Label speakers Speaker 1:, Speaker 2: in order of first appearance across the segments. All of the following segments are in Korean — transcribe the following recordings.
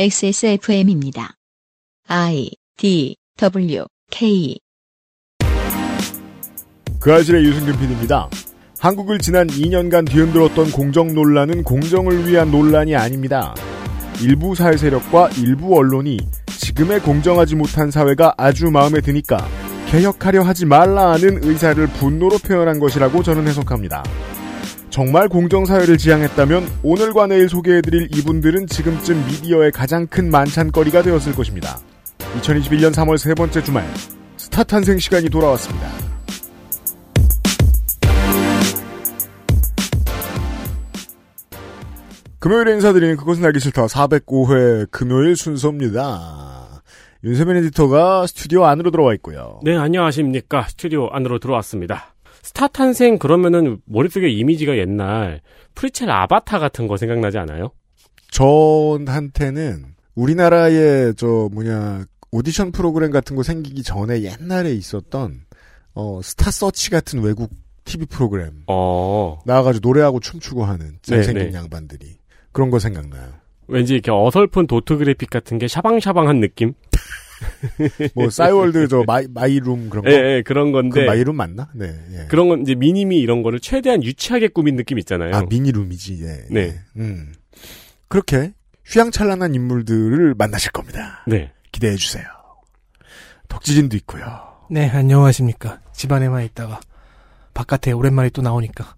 Speaker 1: XSFM입니다. I D W K
Speaker 2: 그 아실의 유승균 PD입니다. 한국을 지난 2년간 뒤흔들었던 공정 논란은 공정을 위한 논란이 아닙니다. 일부 사회 세력과 일부 언론이 지금의 공정하지 못한 사회가 아주 마음에 드니까 개혁하려 하지 말라 하는 의사를 분노로 표현한 것이라고 저는 해석합니다. 정말 공정사회를 지향했다면 오늘과 내일 소개해드릴 이분들은 지금쯤 미디어의 가장 큰 만찬거리가 되었을 것입니다. 2021년 3월 세 번째 주말, 스타 탄생 시간이 돌아왔습니다. 금요일에 인사드리는 그것은 알기 싫다 405회 금요일 순서입니다. 윤세민 에디터가 스튜디오 안으로 들어와 있고요.
Speaker 3: 네, 안녕하십니까. 스튜디오 안으로 들어왔습니다. 스타 탄생 그러면은 머릿속에 이미지가 옛날 프리첼 아바타 같은 거 생각나지 않아요?
Speaker 2: 저한테는 우리나라의 저 뭐냐 오디션 프로그램 같은 거 생기기 전에 옛날에 있었던 어 스타 서치 같은 외국 TV 프로그램
Speaker 3: 어,
Speaker 2: 나와가지고 노래하고 춤추고 하는 잘생긴
Speaker 3: 네, 네.
Speaker 2: 양반들이 그런 거 생각나요.
Speaker 3: 왠지 이렇게 어설픈 도트 그래픽 같은 게 샤방샤방한 느낌?
Speaker 2: 뭐 싸이월드 저 마이 마이룸 그런 거.
Speaker 3: 예, 예, 그런
Speaker 2: 그
Speaker 3: 건데.
Speaker 2: 마이룸 맞나? 네. 예.
Speaker 3: 그런 건 이제 미니미 이런 거를 최대한 유치하게 꾸민 느낌 있잖아요.
Speaker 2: 아 미니룸이지. 예.
Speaker 3: 네.
Speaker 2: 예. 음. 그렇게 휘황찬란한 인물들을 만나실 겁니다.
Speaker 3: 네.
Speaker 2: 기대해 주세요. 덕지진도 있고요.
Speaker 4: 네, 안녕하십니까. 집안에만 있다가 바깥에 오랜만에 또 나오니까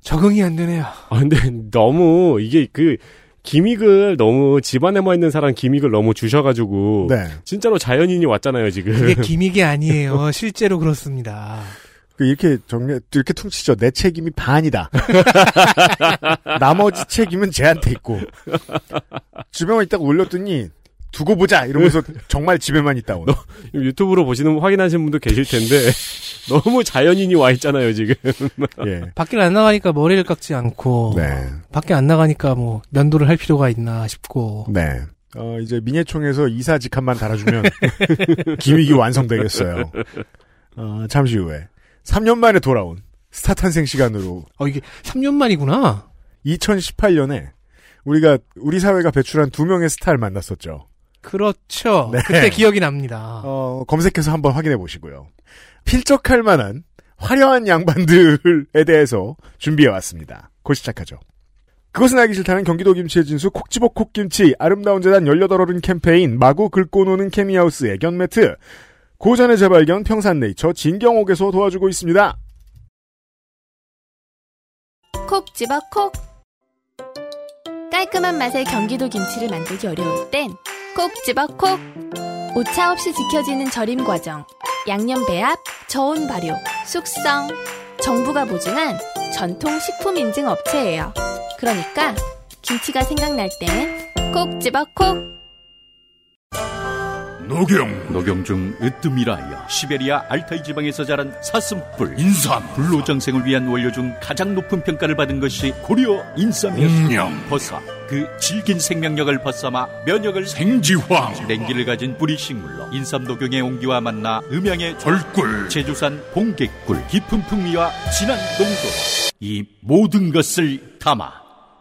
Speaker 4: 적응이 안 되네요.
Speaker 3: 아, 근데 너무 이게 그 기믹을 너무 집안에만 있는 사람 기믹을 너무 주셔가지고.
Speaker 2: 네.
Speaker 3: 진짜로 자연인이 왔잖아요, 지금.
Speaker 4: 그게 기믹이 아니에요. 실제로 그렇습니다.
Speaker 2: 그 이렇게 정리 이렇게 퉁치죠. 내 책임이 반이다. 나머지 책임은 쟤한테 있고 집에만 있다가 올렸더니 두고 보자 이러면서 정말 집에만 있다 오늘.
Speaker 3: 유튜브로 보시는 확인하신 분도 계실 텐데 너무 자연인이 와 있잖아요 지금.
Speaker 2: 예.
Speaker 4: 밖에 안 나가니까 머리를 깎지 않고
Speaker 2: 네.
Speaker 4: 밖에 안 나가니까 뭐 면도를 할 필요가 있나 싶고
Speaker 2: 네. 어, 이제 민예총에서 이사 직함만 달아주면 기믹이 완성되겠어요. 어, 잠시 후에 3년 만에 돌아온 스타 탄생 시간으로
Speaker 4: 어 이게 3년 만이구나.
Speaker 2: 2018년에 우리가 우리 사회가 배출한 두 명의 스타를 만났었죠.
Speaker 4: 그렇죠.
Speaker 2: 네.
Speaker 4: 그때 기억이 납니다.
Speaker 2: 어, 검색해서 한번 확인해 보시고요. 필적할 만한 화려한 양반들에 대해서 준비해 왔습니다. 곧 시작하죠. 그것은 알기 싫다는 경기도 김치의 진수 콕지복 콕김치 아름다운 재단 18어른 캠페인 마구 긁고 노는 케미하우스 애견 매트 고전의 재발견 평산네이처 진경옥에서 도와주고 있습니다.
Speaker 5: 콕 집어 콕 깔끔한 맛의 경기도 김치를 만들기 어려울 땐 콕 집어 콕 오차 없이 지켜지는 절임 과정 양념 배합 저온 발효 숙성 정부가 보증한 전통 식품 인증 업체예요 그러니까 김치가 생각날 땐 콕 집어 콕
Speaker 6: 노경 노경중 으뜸이라여 시베리아 알타이 지방에서 자란 사슴뿔 인삼 불로장생을 위한 원료 중 가장 높은 평가를 받은 것이 고려 인삼이었습니다
Speaker 7: 음.
Speaker 6: 버사 그 질긴 생명력을 벗삼아 면역을 생지황 냉기를 가진 뿌리식물로 인삼 녹용의 온기와 만나 음양의 절꿀 제주산 봉개꿀 깊은 풍미와 진한 농도 이 모든 것을 담아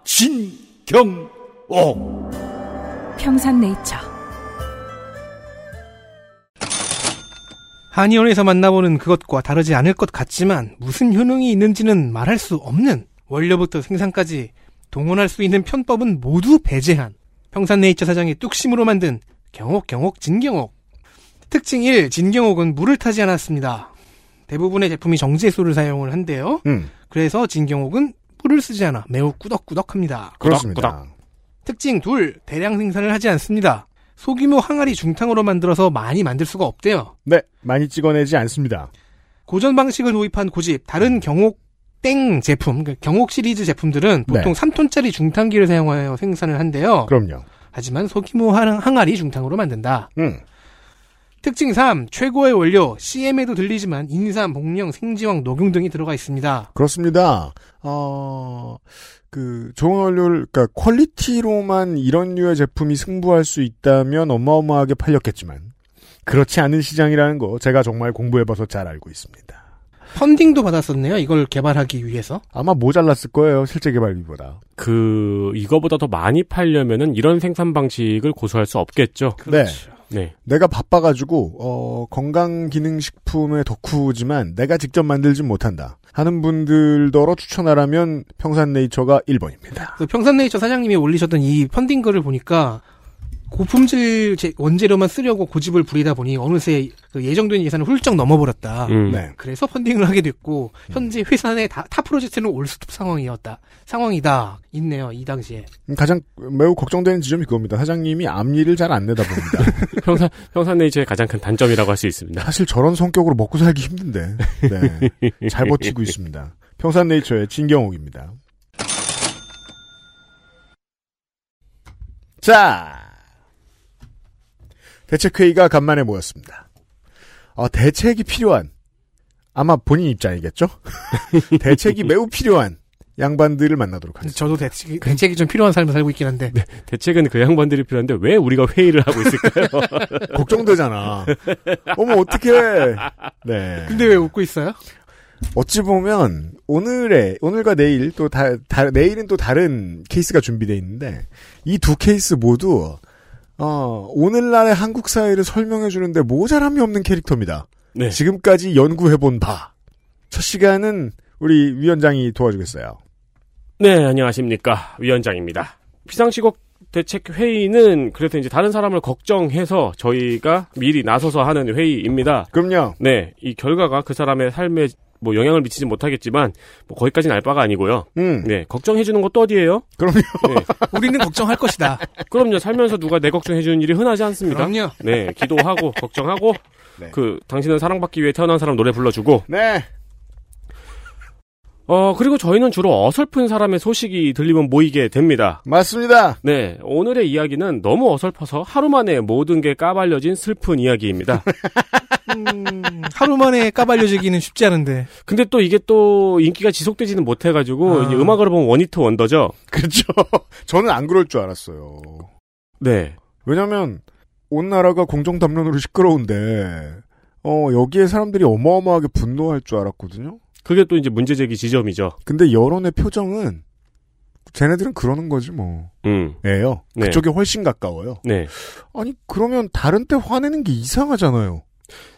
Speaker 6: 신경옥
Speaker 8: 평산네이처
Speaker 4: 한의원에서 만나보는 그것과 다르지 않을 것 같지만 무슨 효능이 있는지는 말할 수 없는 원료부터 생산까지 동원할 수 있는 편법은 모두 배제한 평산네이처 사장의 뚝심으로 만든 경옥 경옥 진경옥 특징 1 진경옥은 물을 타지 않았습니다 대부분의 제품이 정제수를 사용을 한대요
Speaker 2: 음,
Speaker 4: 그래서 진경옥은 물을 쓰지 않아 매우 꾸덕꾸덕합니다
Speaker 2: 그렇습니다.
Speaker 4: 특징 둘 대량 생산을 하지 않습니다 소규모 항아리 중탕으로 만들어서 많이 만들 수가 없대요
Speaker 2: 네, 많이 찍어내지 않습니다.
Speaker 4: 고전 방식을 도입한 고집, 다른 경옥 땡 제품, 그러니까 경옥 시리즈 제품들은 보통 3톤짜리 중탕기를 사용하여 생산을 한대요.
Speaker 2: 네. 그럼요.
Speaker 4: 하지만 소규모 항- 항아리 중탕으로 만든다.
Speaker 2: 음,
Speaker 4: 특징 3, 최고의 원료, CM에도 들리지만 인삼, 복령, 생지황, 녹용 등이 들어가 있습니다.
Speaker 2: 그렇습니다. 어, 그, 좋은 원료를, 그니까, 퀄리티로만 이런 류의 제품이 승부할 수 있다면 어마어마하게 팔렸겠지만, 그렇지 않은 시장이라는 거 제가 정말 공부해봐서 잘 알고 있습니다.
Speaker 4: 펀딩도 받았었네요. 이걸 개발하기 위해서.
Speaker 2: 아마 모자랐을 거예요. 실제 개발비보다.
Speaker 3: 그 이거보다 더 많이 팔려면은 이런 생산 방식을 고수할 수 없겠죠.
Speaker 2: 네.
Speaker 3: 네.
Speaker 2: 내가 바빠가지고 어, 건강기능식품의 덕후지만 내가 직접 만들진 못한다 하는 분들더러 추천하라면 평산네이처가 1번입니다.
Speaker 4: 그 평산네이처 사장님이 올리셨던 이 펀딩 글을 보니까 고품질 제- 원재료만 쓰려고 고집을 부리다 보니 어느새 그 예정된 예산을 훌쩍 넘어버렸다.
Speaker 3: 음.
Speaker 2: 네.
Speaker 4: 그래서 펀딩을 하게 됐고
Speaker 2: 음.
Speaker 4: 현재 회사 내 다, 타 프로젝트는 올스톱 상황이었다. 상황이다. 있네요. 이 당시에.
Speaker 2: 가장 매우 걱정되는 지점이 그겁니다. 사장님이 앞일을 잘 안 내다봅니다.
Speaker 3: 평산 평산네이처의 가장 큰 단점이라고 할 수 있습니다.
Speaker 2: 사실 저런 성격으로 먹고 살기 힘든데 네. 잘 버티고 있습니다. 평산네이처의 진경옥입니다. 자 대책회의가 간만에 모였습니다. 어, 대책이 필요한 아마 본인 입장이겠죠? 대책이 매우 필요한 양반들을 만나도록 하겠습니다. 그 네.
Speaker 4: 저도 대책이, 대책이 좀 필요한 삶을 살고 있긴 한데
Speaker 3: 대책은 그 양반들이 필요한데 왜 우리가 회의를 하고 있을까요?
Speaker 2: 걱정되잖아. 어머 어떡해. 네.
Speaker 4: 근데 왜 웃고 있어요?
Speaker 2: 어찌 보면 오늘의 오늘과 내일 또 다, 다- 내일은 또 다른 케이스가 준비되어 있는데 이 두 케이스 모두 어, 오늘날의 한국 사회를 설명해 주는데 모자람이 없는 캐릭터입니다.
Speaker 3: 네.
Speaker 2: 지금까지 연구해 본 바. 첫 시간은 우리 위원장이 도와주겠어요.
Speaker 3: 네, 안녕하십니까. 위원장입니다. 비상시국 대책 회의는 그래서 이제 다른 사람을 걱정해서 저희가 미리 나서서 하는 회의입니다.
Speaker 2: 그럼요.
Speaker 3: 네, 이 결과가 그 사람의 삶에 뭐 영향을 미치지 못하겠지만 뭐 거기까지는 알 바가 아니고요.
Speaker 2: 음.
Speaker 3: 네, 걱정해 주는 것도 어디예요?
Speaker 2: 그럼요.
Speaker 3: 네,
Speaker 4: 우리는 걱정할 것이다.
Speaker 3: 그럼요. 살면서 누가 내 걱정해 주는 일이 흔하지 않습니다.
Speaker 4: 그럼요.
Speaker 3: 네, 기도하고 걱정하고
Speaker 2: 네.
Speaker 3: 그 당신은 사랑받기 위해 태어난 사람 노래 불러주고
Speaker 2: 네.
Speaker 3: 어 그리고 저희는 주로 어설픈 사람의 소식이 들리면 모이게 됩니다.
Speaker 2: 맞습니다.
Speaker 3: 네, 오늘의 이야기는 너무 어설퍼서 하루 만에 모든 게 까발려진 슬픈 이야기입니다.
Speaker 4: 음, 하루 만에 까발려지기는 쉽지 않은데
Speaker 3: 근데 또 이게 또 인기가 지속되지는 못해가지고
Speaker 4: 아.
Speaker 3: 이제 음악으로 보면 원히트 원더죠.
Speaker 2: 그렇죠. 저는 안 그럴 줄 알았어요.
Speaker 3: 네,
Speaker 2: 왜냐면 온 나라가 공정 담론으로 시끄러운데 어, 여기에 사람들이 어마어마하게 분노할 줄 알았거든요.
Speaker 3: 그게 또 이제 문제 제기 지점이죠.
Speaker 2: 근데 여론의 표정은 쟤네들은 그러는 거지 뭐.
Speaker 3: 음,
Speaker 2: 예요.
Speaker 3: 네.
Speaker 2: 그쪽에 훨씬 가까워요.
Speaker 3: 네.
Speaker 2: 아니 그러면 다른 때 화내는 게 이상하잖아요.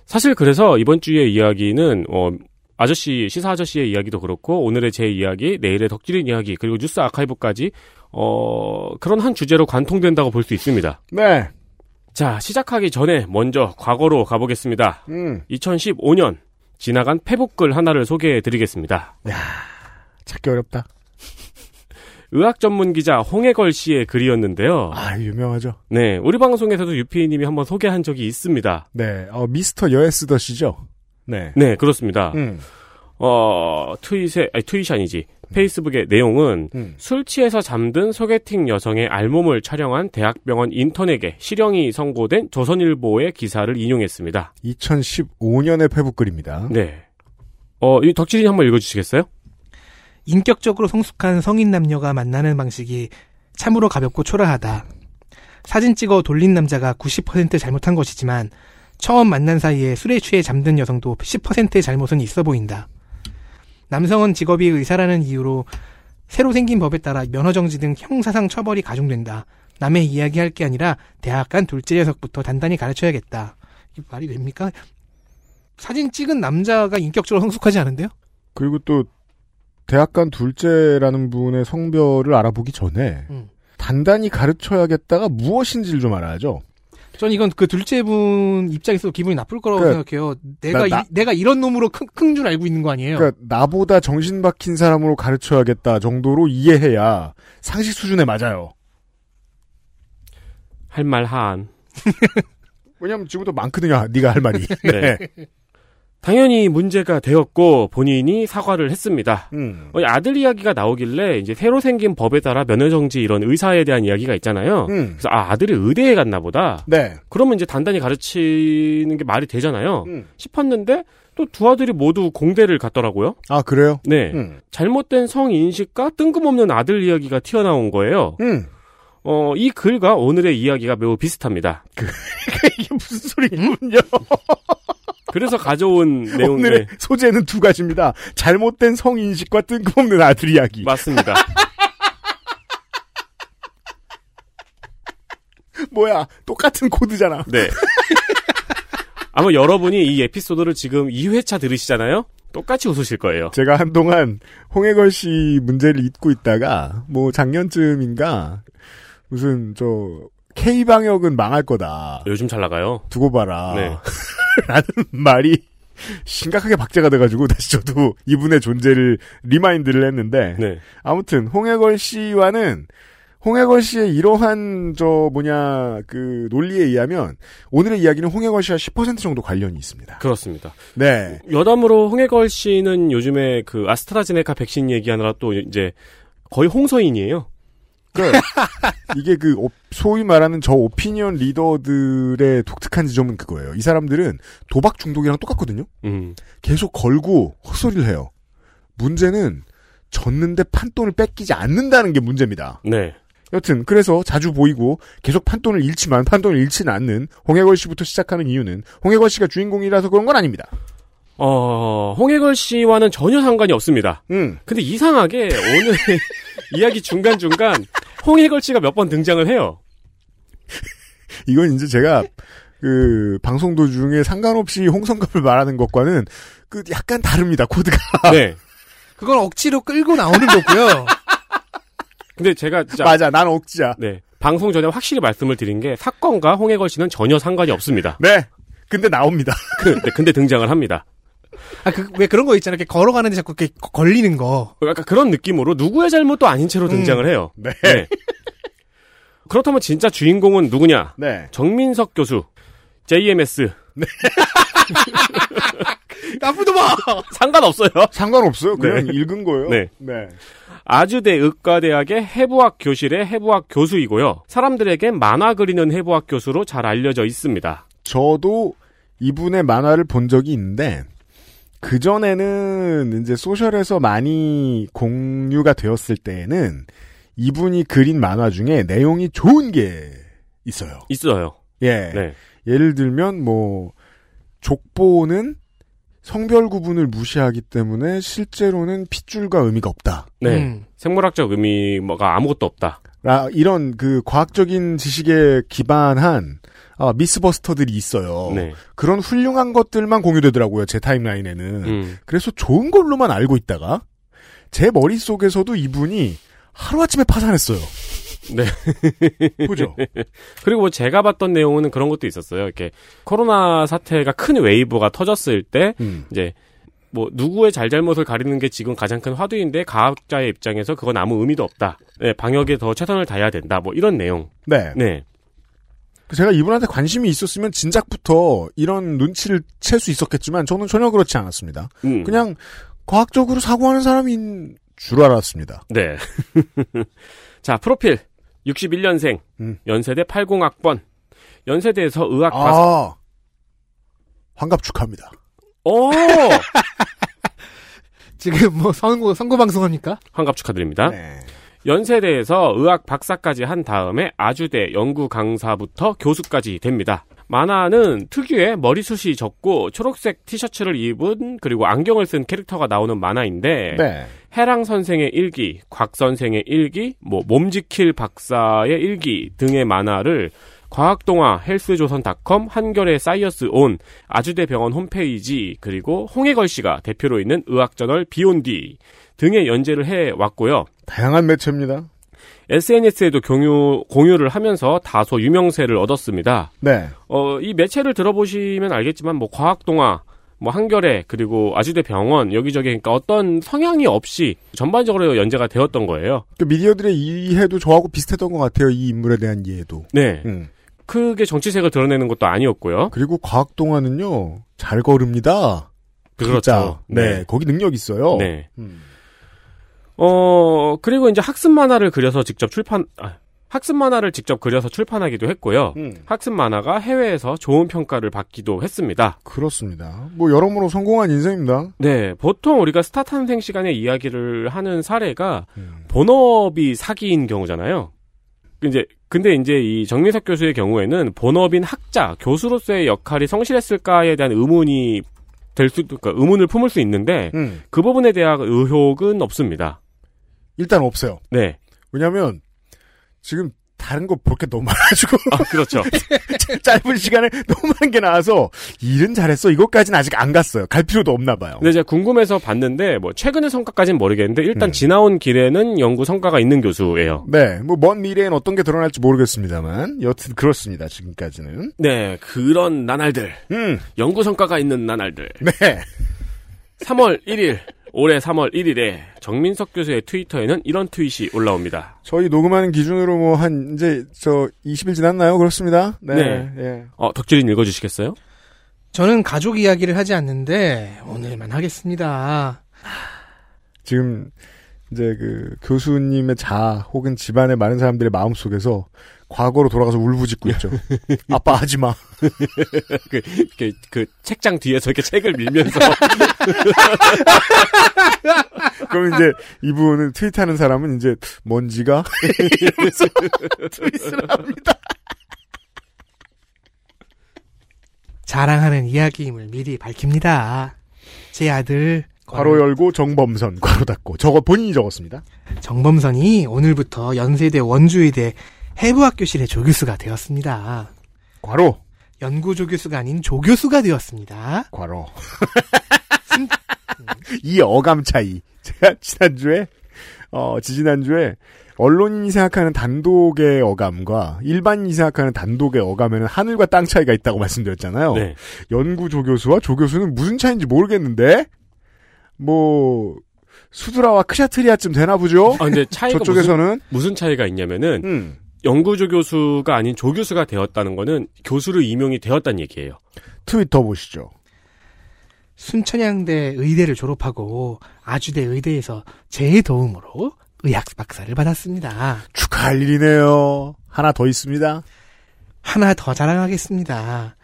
Speaker 3: 사실 그래서 이번 주의 이야기는 어 아저씨 시사 아저씨의 이야기도 그렇고 오늘의 제 이야기, 내일의 덕질인 이야기 그리고 뉴스 아카이브까지 어 그런 한 주제로 관통된다고 볼 수 있습니다.
Speaker 2: 네.
Speaker 3: 자 시작하기 전에 먼저 과거로 가보겠습니다.
Speaker 2: 음.
Speaker 3: 2015년 지나간 페북글 하나를 소개해드리겠습니다.
Speaker 2: 찾기 어렵다.
Speaker 3: 의학 전문 기자 홍해걸 씨의 글이었는데요.
Speaker 2: 아 유명하죠.
Speaker 3: 네, 우리 방송에서도 유피님이 한번 소개한 적이 있습니다.
Speaker 2: 네. 어, 미스터 여에스더시죠. 네.
Speaker 3: 네, 그렇습니다.
Speaker 2: 음.
Speaker 3: 어 트윗에 아니 트윗이 아니지 페이스북의 내용은
Speaker 2: 음.
Speaker 3: 술 취해서 잠든 소개팅 여성의 알몸을 촬영한 대학병원 인턴에게 실형이 선고된 조선일보의 기사를 인용했습니다.
Speaker 2: 2015년의 페북글입니다.
Speaker 3: 네. 어, 이 덕질인 한번 읽어주시겠어요?
Speaker 4: 인격적으로 성숙한 성인 남녀가 만나는 방식이 참으로 가볍고 초라하다. 사진 찍어 돌린 남자가 90% 잘못한 것이지만 처음 만난 사이에 술에 취해 잠든 여성도 10%의 잘못은 있어 보인다. 남성은 직업이 의사라는 이유로 새로 생긴 법에 따라 면허정지 등 형사상 처벌이 가중된다. 남의 이야기할 게 아니라 대학 간 둘째 녀석부터 단단히 가르쳐야겠다. 이게 말이 됩니까? 사진 찍은 남자가 인격적으로 성숙하지 않은데요?
Speaker 2: 그리고 또 대학 간 둘째라는 분의 성별을 알아보기 전에
Speaker 4: 음.
Speaker 2: 단단히 가르쳐야겠다가 무엇인지를 좀 알아야죠.
Speaker 4: 전 이건 그 둘째 분 입장에서 기분이 나쁠 거라고
Speaker 2: 그,
Speaker 4: 생각해요. 내가
Speaker 2: 나-
Speaker 4: 이, 내가 이런 놈으로 큰줄 알고 있는 거 아니에요.
Speaker 3: 네.
Speaker 2: 그러니까 나보다 정신 박힌 사람으로 가르쳐야겠다 정도로 이해해야 상식 수준에 맞아요.
Speaker 3: 할 말 한.
Speaker 2: 왜냐면 지금부터 많거든요. 네가 할 말이.
Speaker 3: 네. 당연히 문제가 되었고 본인이 사과를 했습니다.
Speaker 2: 음.
Speaker 3: 어, 이 아들 이야기가 나오길래 이제 새로 생긴 법에 따라 면허정지 이런 의사에 대한 이야기가 있잖아요.
Speaker 2: 음.
Speaker 3: 그래서 아 아들이 의대에 갔나 보다.
Speaker 2: 네.
Speaker 3: 그러면 이제 단단히 가르치는 게 말이 되잖아요.
Speaker 2: 음.
Speaker 3: 싶었는데 또 두 아들이 모두 공대를 갔더라고요.
Speaker 2: 아 그래요?
Speaker 3: 네.
Speaker 2: 음.
Speaker 3: 잘못된 성인식과 뜬금없는 아들 이야기가 튀어나온 거예요.
Speaker 2: 음.
Speaker 3: 어, 이 글과 오늘의 이야기가 매우 비슷합니다.
Speaker 2: 이게 무슨 소리군요.
Speaker 3: 그래서 가져온 내용
Speaker 2: 오늘의
Speaker 3: 네,
Speaker 2: 소재는 두 가지입니다. 잘못된 성인식과 뜬금없는 아들 이야기.
Speaker 3: 맞습니다.
Speaker 2: 뭐야, 똑같은 코드잖아.
Speaker 3: 네. 아마 여러분이 이 에피소드를 지금 2회차 들으시잖아요. 똑같이 웃으실 거예요.
Speaker 2: 제가 한동안 홍해걸 씨 문제를 잊고 있다가 뭐 작년쯤인가 무슨 저 K 방역은 망할 거다.
Speaker 3: 요즘 잘 나가요.
Speaker 2: 두고 봐라.
Speaker 3: 네.
Speaker 2: 라는 말이 심각하게 박제가 돼가지고 다시 저도 이분의 존재를 리마인드를 했는데
Speaker 3: 네.
Speaker 2: 아무튼 홍해걸 씨와는 홍해걸 씨의 이러한 저 뭐냐 그 논리에 의하면 오늘의 이야기는 홍해걸 씨와 10% 정도 관련이 있습니다.
Speaker 3: 그렇습니다.
Speaker 2: 네.
Speaker 3: 여담으로 홍해걸 씨는 요즘에 그 아스트라제네카 백신 얘기하느라 또 이제 거의 홍서인이에요.
Speaker 2: 그 이게 그 오- 소위 말하는 저 오피니언 리더들의 독특한 지점은 그거예요. 이 사람들은 도박 중독이랑 똑같거든요.
Speaker 3: 음.
Speaker 2: 계속 걸고 헛소리를 해요. 문제는 졌는데 판돈을 뺏기지 않는다는 게 문제입니다.
Speaker 3: 네.
Speaker 2: 여튼 그래서 자주 보이고 계속 판돈을 잃지만 판돈을 잃지는 않는 홍해걸 씨부터 시작하는 이유는 홍해걸 씨가 주인공이라서 그런 건 아닙니다.
Speaker 3: 어, 홍해걸 씨와는 전혀 상관이 없습니다.
Speaker 2: 음.
Speaker 3: 근데 이상하게 오늘 이야기 중간중간 홍해걸 씨가 몇 번 등장을 해요.
Speaker 2: 이건 이제 제가 그 방송 도중에 상관없이 홍성갑을 말하는 것과는 그 약간 다릅니다. 코드가.
Speaker 3: 네.
Speaker 4: 그건 억지로 끌고 나오는 거고요.
Speaker 3: 근데 제가 진짜
Speaker 2: 맞아. 난 억지야.
Speaker 3: 네. 방송 전에 확실히 말씀을 드린 게 사건과 홍해걸 씨는 전혀 상관이 없습니다. 그, 네,
Speaker 2: 네. 근데 나옵니다.
Speaker 3: 근데, 근데 등장을 합니다.
Speaker 4: 아, 그, 왜 그런 거 있잖아. 이렇게 걸어가는데 자꾸 이렇게 거- 걸리는 거.
Speaker 3: 약간 그런 느낌으로 누구의 잘못도 아닌 채로 등장을 해요.
Speaker 2: 네.
Speaker 3: 네. 그렇다면 진짜 주인공은 누구냐?
Speaker 2: 네.
Speaker 3: 정민석 교수, JMS.
Speaker 4: 나쁘더만!
Speaker 3: 상관없어요.
Speaker 2: 상관없어요. 그냥
Speaker 3: 네.
Speaker 2: 읽은 거예요.
Speaker 3: 네. 아주대 의과대학의 해부학 교실의 해부학 교수이고요. 사람들에게 만화 그리는 해부학 교수로 잘 알려져 있습니다.
Speaker 2: 저도 이분의 만화를 본 적이 있는데 그 전에는 이제 소셜에서 많이 공유가 되었을 때에는 이분이 그린 만화 중에 내용이 좋은 게 있어요.
Speaker 3: 있어요.
Speaker 2: 예.
Speaker 3: 네.
Speaker 2: 예를 들면 뭐 족보는 성별 구분을 무시하기 때문에 실제로는 핏줄과 의미가 없다.
Speaker 3: 네.
Speaker 4: 음.
Speaker 3: 생물학적 의미가 아무것도 없다.
Speaker 2: 라 이런 그 과학적인 지식에 기반한 아, 미스버스터들이 있어요.
Speaker 3: 네.
Speaker 2: 그런 훌륭한 것들만 공유되더라고요. 제 타임라인에는.
Speaker 3: 음.
Speaker 2: 그래서 좋은 걸로만 알고 있다가 제 머릿속에서도 이분이 하루아침에 파산했어요.
Speaker 3: 네.
Speaker 2: 보죠.
Speaker 3: 그리고 뭐 제가 봤던 내용은 그런 것도 있었어요. 이렇게 코로나 사태가 큰 웨이브가 터졌을 때
Speaker 2: 음.
Speaker 3: 이제 뭐 누구의 잘잘못을 가리는 게 지금 가장 큰 화두인데 과학자의 입장에서 그건 아무 의미도 없다. 네, 방역에 더 최선을 다해야 된다. 뭐 이런 내용.
Speaker 2: 네.
Speaker 3: 네.
Speaker 2: 제가 이분한테 관심이 있었으면 진작부터 이런 눈치를 챌 수 있었겠지만 저는 전혀 그렇지 않았습니다.
Speaker 3: 음.
Speaker 2: 그냥 과학적으로 사고하는 사람인 줄 알았습니다.
Speaker 3: 네. 자, 프로필. 61년생.
Speaker 2: 음.
Speaker 3: 연세대 80학번. 연세대에서 의학 과사.
Speaker 2: 아. 환갑 축하합니다.
Speaker 3: 오!
Speaker 4: 지금 뭐 선거, 선거 방송합니까?
Speaker 3: 환갑 축하드립니다.
Speaker 2: 네.
Speaker 3: 연세대에서 의학 박사까지 한 다음에 아주대 연구 강사부터 교수까지 됩니다. 만화는 특유의 머리숱이 적고 초록색 티셔츠를 입은 그리고 안경을 쓴 캐릭터가 나오는 만화인데
Speaker 2: 네.
Speaker 3: 해랑 선생의 일기, 곽 선생의 일기, 뭐 몸지킬 박사의 일기 등의 만화를 과학동화, 헬스조선닷컴, 한겨레 사이어스 온, 아주대 병원 홈페이지, 그리고 홍해걸 씨가 대표로 있는 의학저널 비욘디 등의 연재를 해왔고요.
Speaker 2: 다양한 매체입니다.
Speaker 3: SNS에도 공유, 공유를 하면서 다소 유명세를 얻었습니다.
Speaker 2: 네.
Speaker 3: 어, 이 매체를 들어보시면 알겠지만, 뭐, 과학동화, 뭐, 한겨레, 그리고 아주대 병원, 여기저기, 그러니까 어떤 성향이 없이 전반적으로 연재가 되었던 거예요.
Speaker 2: 그 미디어들의 이해도 저하고 비슷했던 것 같아요. 이 인물에 대한 이해도.
Speaker 3: 네.
Speaker 2: 음.
Speaker 3: 크게 정치색을 드러내는 것도 아니었고요.
Speaker 2: 그리고 과학 동화는요 잘 걸읍니다. 진짜.
Speaker 3: 그렇죠.
Speaker 2: 네. 거기 능력 있어요.
Speaker 3: 네.
Speaker 2: 음.
Speaker 3: 어, 그리고 이제 학습 만화를 그려서 직접 출판, 아, 학습 만화를 직접 그려서 출판하기도 했고요.
Speaker 2: 음.
Speaker 3: 학습 만화가 해외에서 좋은 평가를 받기도 했습니다.
Speaker 2: 그렇습니다. 뭐 여러모로 성공한 인생입니다.
Speaker 3: 네, 보통 우리가 스타 탄생 시간에 이야기를 하는 사례가
Speaker 2: 음.
Speaker 3: 본업이 사기인 경우잖아요. 이제 근데 이제 이 정민석 교수의 경우에는 본업인 학자 교수로서의 역할이 성실했을까에 대한 의문이 될 수, 그러니까 의문을 품을 수 있는데
Speaker 2: 음,
Speaker 3: 그 부분에 대한 의혹은 없습니다.
Speaker 2: 일단 없어요.
Speaker 3: 네,
Speaker 2: 왜냐하면 지금 다른 거 볼 게 너무 많아지고
Speaker 3: 아 그렇죠.
Speaker 2: 짧은 시간에 너무 많은 게 나와서 일은 잘했어. 이것까지는 아직 안 갔어요. 갈 필요도 없나 봐요.
Speaker 3: 근데 제가 궁금해서 봤는데 뭐 최근의 성과까지는 모르겠는데 일단
Speaker 2: 음.
Speaker 3: 지나온 길에는 연구 성과가 있는 교수예요.
Speaker 2: 네, 뭐 먼 미래엔 어떤 게 드러날지 모르겠습니다만 여튼 그렇습니다. 지금까지는.
Speaker 3: 네, 그런 나날들,
Speaker 2: 음,
Speaker 3: 연구 성과가 있는 나날들.
Speaker 2: 네.
Speaker 3: 3월 1일, 올해 3월 1일에 정민석 교수의 트위터에는 이런 트윗이 올라옵니다.
Speaker 2: 저희 녹음하는 기준으로 뭐 한 이제 저 20일 지났나요? 그렇습니다. 네.
Speaker 3: 네.
Speaker 2: 예.
Speaker 3: 어, 덕질인 읽어주시겠어요?
Speaker 4: 저는 가족 이야기를 하지 않는데 오늘만 하겠습니다.
Speaker 2: 지금 이제 그 교수님의 자아 혹은 집안의 많은 사람들의 마음 속에서 과거로 돌아가서 울부짖고 있죠. 아빠 하지 마.
Speaker 3: 그, 그, 그 책장 뒤에서 이렇게 책을 밀면서
Speaker 2: 그럼 이제 이분은 트윗하는 사람은 이제 먼지가 이러면서 트윗을 합니다.
Speaker 4: 자랑하는 이야기임을 미리 밝힙니다. 제 아들 네.
Speaker 2: 괄호 열고 정범선 괄호 닫고 저거 본인이 적었습니다.
Speaker 4: 정범선이 오늘부터 연세대 원주의대 해부학교실의 조교수가 되었습니다.
Speaker 2: 괄호
Speaker 4: 연구 조교수가 아닌 조교수가 되었습니다.
Speaker 2: 괄호 이 어감 차이 제가 지난주에 어 지지난주에 언론인이 생각하는 단독의 어감과 일반인이 생각하는 단독의 어감에는 하늘과 땅 차이가 있다고 말씀드렸잖아요.
Speaker 3: 네.
Speaker 2: 연구 조교수와 조교수는 무슨 차이인지 모르겠는데 뭐 수드라와 크샤트리아쯤 되나 보죠.
Speaker 3: 아, 근데 차이가 무슨,
Speaker 2: 저쪽에서는
Speaker 3: 무슨 차이가 있냐면은
Speaker 2: 음.
Speaker 3: 연구조 교수가 아닌 조교수가 되었다는 거는 교수로 임용이 되었다는 얘기예요.
Speaker 2: 트위터 보시죠.
Speaker 4: 순천향대 의대를 졸업하고 아주대 의대에서 제 도움으로 의학 박사를 받았습니다.
Speaker 2: 축하할 일이네요. 하나 더 있습니다.
Speaker 4: 하나 더 자랑하겠습니다.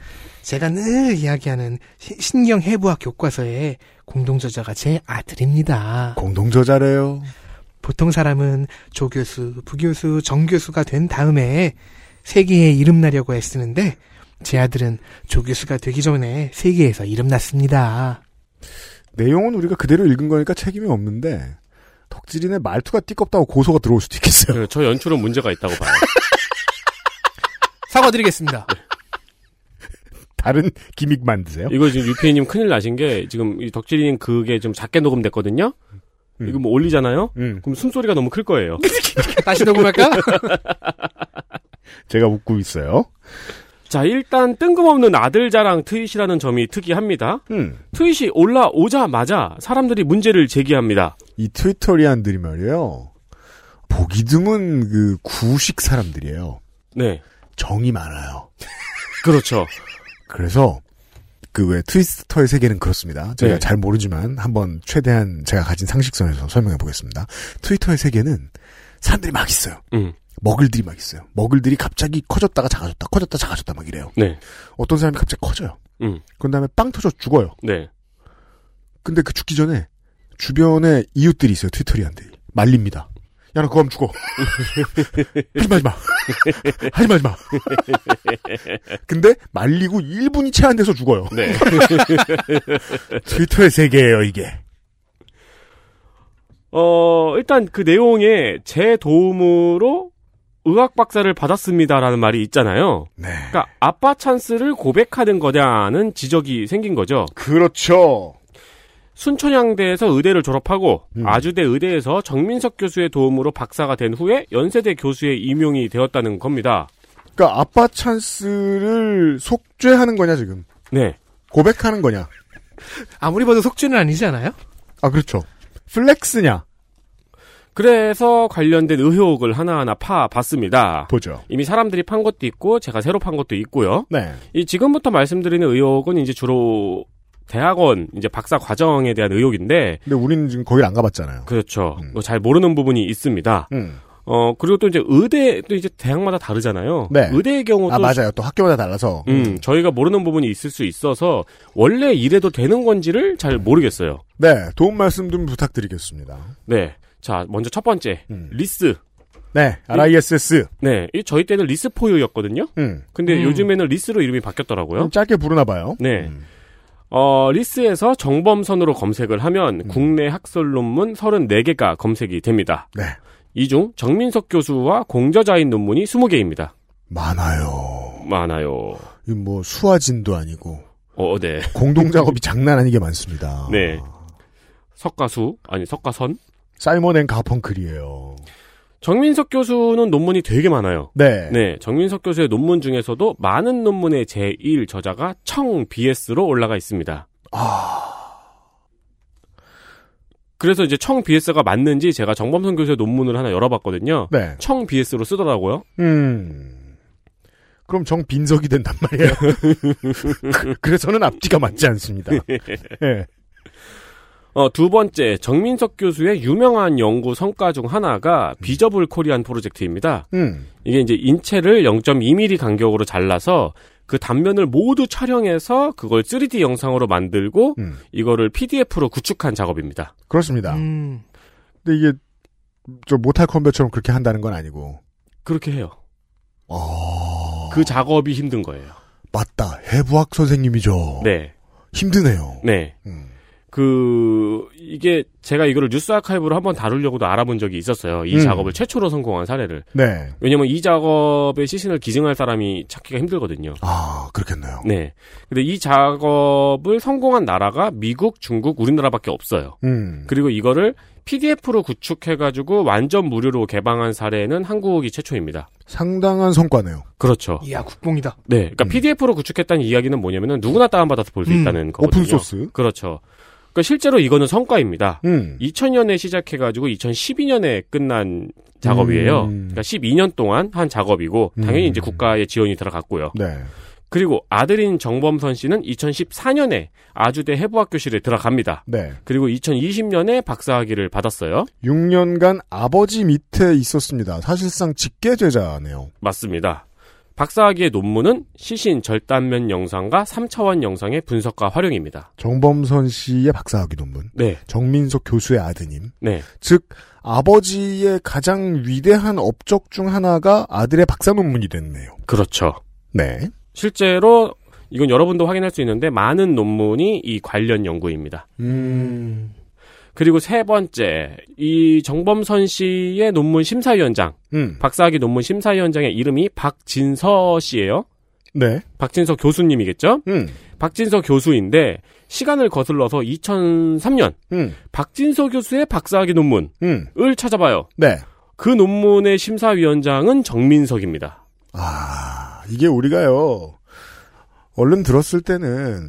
Speaker 4: 제가 늘 이야기하는 시- 신경 해부학 교과서의 공동 저자가 제 아들입니다.
Speaker 2: 공동 저자래요.
Speaker 4: 보통 사람은 조교수, 부교수, 정교수가 된 다음에 세계에 이름 나려고 애쓰는데 제 아들은 조교수가 되기 전에 세계에서 이름 났습니다.
Speaker 2: 내용은 우리가 그대로 읽은 거니까 책임이 없는데 덕질인의 말투가 띠껍다고 고소가 들어올 수도 있겠어요.
Speaker 3: 그, 저 연출은 문제가 있다고 봐요.
Speaker 4: 사과드리겠습니다.
Speaker 2: 다른 기믹 만드세요.
Speaker 3: 이거 지금 유피님 큰일 나신 게 지금 이 덕질인 그게 좀 작게 녹음됐거든요.
Speaker 2: 음.
Speaker 3: 이거 뭐 올리잖아요.
Speaker 2: 음,
Speaker 3: 그럼 숨소리가 너무 클 거예요.
Speaker 4: 다시 녹음할까?
Speaker 2: 제가 웃고 있어요.
Speaker 3: 자, 일단 뜬금없는 아들 자랑 트윗이라는 점이 특이합니다.
Speaker 2: 음,
Speaker 3: 트윗이 올라오자마자 사람들이 문제를 제기합니다.
Speaker 2: 이 트위터리안들이 말이에요. 보기 드문 그 구식 사람들이에요.
Speaker 3: 네.
Speaker 2: 정이 많아요.
Speaker 3: 그렇죠.
Speaker 2: 그래서 그 왜 트위스터의 세계는 그렇습니다. 제가
Speaker 3: 네.
Speaker 2: 잘 모르지만 한번 최대한 제가 가진 상식선에서 설명해 보겠습니다. 트위터의 세계는 사람들이 막 있어요.
Speaker 3: 음.
Speaker 2: 먹을들이 막 있어요. 먹을들이 갑자기 커졌다가 작아졌다, 커졌다 작아졌다 막 이래요.
Speaker 3: 네.
Speaker 2: 어떤 사람이 갑자기 커져요.
Speaker 3: 음.
Speaker 2: 그런 다음에 빵 터져 죽어요.
Speaker 3: 네.
Speaker 2: 근데 그 죽기 전에 주변에 이웃들이 있어요. 트위터리안들이 말립니다. 야 너 그거 하면 죽어. 하지 마 하지 마. 하지 마 하지 마. 근데 말리고 1분이 채 안 돼서 죽어요.
Speaker 3: 네.
Speaker 2: 트위터의 세계예요 이게.
Speaker 3: 어, 일단 그 내용에 제 도움으로 의학 박사를 받았습니다라는 말이 있잖아요.
Speaker 2: 네.
Speaker 3: 그러니까 아빠 찬스를 고백하는 거냐는 지적이 생긴 거죠.
Speaker 2: 그렇죠.
Speaker 3: 순천향대에서 의대를 졸업하고
Speaker 2: 음.
Speaker 3: 아주대 의대에서 정민석 교수의 도움으로 박사가 된 후에 연세대 교수에 임용이 되었다는 겁니다.
Speaker 2: 그러니까 아빠 찬스를 속죄하는 거냐 지금
Speaker 3: 네.
Speaker 2: 고백하는 거냐?
Speaker 4: 아무리 봐도 속주는 아니지 않아요?
Speaker 2: 아 그렇죠. 플렉스냐
Speaker 3: 그래서 관련된 의혹을 하나하나 파봤습니다.
Speaker 2: 보죠.
Speaker 3: 이미 사람들이 판 것도 있고 제가 새로 판 것도 있고요.
Speaker 2: 네.
Speaker 3: 이 지금부터 말씀드리는 의혹은 이제 주로 대학원 이제 박사 과정에 대한 의혹인데
Speaker 2: 근데 우리는 지금 거길 안 가봤잖아요.
Speaker 3: 그렇죠.
Speaker 2: 음.
Speaker 3: 뭐잘 모르는 부분이 있습니다.
Speaker 2: 음.
Speaker 3: 어 그리고 또 이제 의대 또 이제 대학마다 다르잖아요.
Speaker 2: 네.
Speaker 3: 의대의 경우도
Speaker 2: 아 맞아요. 또 학교마다 달라서.
Speaker 3: 음, 저희가 모르는 부분이 있을 수 있어서 원래 이래도 되는 건지를 잘 모르겠어요.
Speaker 2: 네, 도움 말씀 좀 부탁드리겠습니다.
Speaker 3: 네. 자, 먼저 첫 번째.
Speaker 2: 음.
Speaker 3: 리스.
Speaker 2: 네, RISS.
Speaker 3: 네, 이 저희 때는 리스포유였거든요.
Speaker 2: 음.
Speaker 3: 근데
Speaker 4: 음.
Speaker 3: 요즘에는 리스로 이름이 바뀌었더라고요.
Speaker 2: 좀 짧게 부르나 봐요.
Speaker 3: 네.
Speaker 2: 음.
Speaker 3: 어, 리스에서 정범선으로 검색을 하면 국내 학설 논문 34개가 검색이 됩니다.
Speaker 2: 네.
Speaker 3: 이 중 정민석 교수와 공저자인 논문이 20개입니다.
Speaker 2: 많아요.
Speaker 3: 많아요.
Speaker 2: 이뭐 수화진도 아니고
Speaker 3: 어, 네.
Speaker 2: 공동 작업이 장난 아니게 많습니다.
Speaker 3: 네. 석가수, 아니 석가선.
Speaker 2: 사이먼 앤 가펑클이에요.
Speaker 3: 정민석 교수는 논문이 되게 많아요.
Speaker 2: 네.
Speaker 3: 네, 정민석 교수의 논문 중에서도 많은 논문의 제1 저자가 청 BS로 올라가 있습니다. 그래서 이제 청 BS가 맞는지 제가 정범선 교수의 논문을 하나 열어봤거든요.
Speaker 2: 네.
Speaker 3: 청 BS로 쓰더라고요.
Speaker 2: 음. 그럼 정빈석이 된단 말이에요. 그- 그래서는 앞뒤가 맞지 않습니다. 예.
Speaker 3: 어, 두 번째, 정민석 교수의 유명한 연구 성과 중 하나가 비저블 코리안 프로젝트입니다.
Speaker 2: 음.
Speaker 3: 이게 이제 인체를 0.2mm 간격으로 잘라서 그 단면을 모두 촬영해서 그걸 3D 영상으로 만들고
Speaker 2: 음.
Speaker 3: 이거를 PDF로 구축한 작업입니다.
Speaker 2: 그렇습니다.
Speaker 4: 음,
Speaker 2: 근데 이게 저 모탈 컴뱃처럼 그렇게 한다는 건 아니고.
Speaker 3: 그렇게 해요.
Speaker 2: 아.
Speaker 3: 그 작업이 힘든 거예요.
Speaker 2: 맞다. 해부학 선생님이죠.
Speaker 3: 네.
Speaker 2: 힘드네요.
Speaker 3: 네.
Speaker 2: 음.
Speaker 3: 그 이게 제가 이거를 뉴스 아카이브로 한번 다루려고도 알아본 적이 있었어요. 이
Speaker 2: 음.
Speaker 3: 작업을 최초로 성공한 사례를.
Speaker 2: 네.
Speaker 3: 왜냐면 이 작업의 시신을 기증할 사람이 찾기가 힘들거든요.
Speaker 2: 아, 그렇겠네요.
Speaker 3: 네. 근데 이 작업을 성공한 나라가 미국, 중국, 우리나라밖에 없어요.
Speaker 2: 음.
Speaker 3: 그리고 이거를 PDF로 구축해가지고 완전 무료로 개방한 사례는 한국이 최초입니다.
Speaker 2: 상당한 성과네요.
Speaker 3: 그렇죠.
Speaker 2: 뭐.
Speaker 4: 이야 국뽕이다.
Speaker 3: 네. 그러니까
Speaker 2: 음.
Speaker 3: PDF로 구축했다는 이야기는 뭐냐면은 누구나 다운받아서 볼 수
Speaker 4: 음,
Speaker 3: 있다는 거거든요.
Speaker 2: 오픈소스.
Speaker 3: 그렇죠. 그러니까 실제로 이거는 성과입니다.
Speaker 2: 음.
Speaker 3: 2000년에 시작해가지고 2012년에 끝난 작업이에요.
Speaker 2: 음.
Speaker 3: 그러니까 12년 동안 한 작업이고 당연히
Speaker 2: 음.
Speaker 3: 이제 국가의 지원이 들어갔고요.
Speaker 2: 네.
Speaker 3: 그리고 아들인 정범선 씨는 2014년에 아주대 해부학교실에 들어갑니다.
Speaker 2: 네.
Speaker 3: 그리고 2020년에 박사학위를 받았어요.
Speaker 2: 6년간 아버지 밑에 있었습니다. 사실상 직계제자네요.
Speaker 3: 맞습니다. 박사학위의 논문은 시신 절단면 영상과 3차원 영상의 분석과 활용입니다.
Speaker 2: 정범선 씨의 박사학위 논문,
Speaker 3: 네,
Speaker 2: 정민석 교수의 아드님,
Speaker 3: 네,
Speaker 2: 즉 아버지의 가장 위대한 업적 중 하나가 아들의 박사 논문이 됐네요.
Speaker 3: 그렇죠.
Speaker 2: 네.
Speaker 3: 실제로 이건 여러분도 확인할 수 있는데 많은 논문이 이 관련 연구입니다.
Speaker 4: 음,
Speaker 3: 그리고 세 번째, 이 정범선 씨의 논문 심사위원장,
Speaker 2: 음.
Speaker 3: 박사학위 논문 심사위원장의 이름이 박진서 씨예요.
Speaker 2: 네.
Speaker 3: 박진서 교수님이겠죠?
Speaker 2: 음.
Speaker 3: 박진서 교수인데 시간을 거슬러서 2003년
Speaker 2: 음.
Speaker 3: 박진서 교수의 박사학위 논문을
Speaker 2: 음.
Speaker 3: 찾아봐요.
Speaker 2: 네.
Speaker 3: 그 논문의 심사위원장은 정민석입니다.
Speaker 2: 아, 이게 우리가요. 얼른 들었을 때는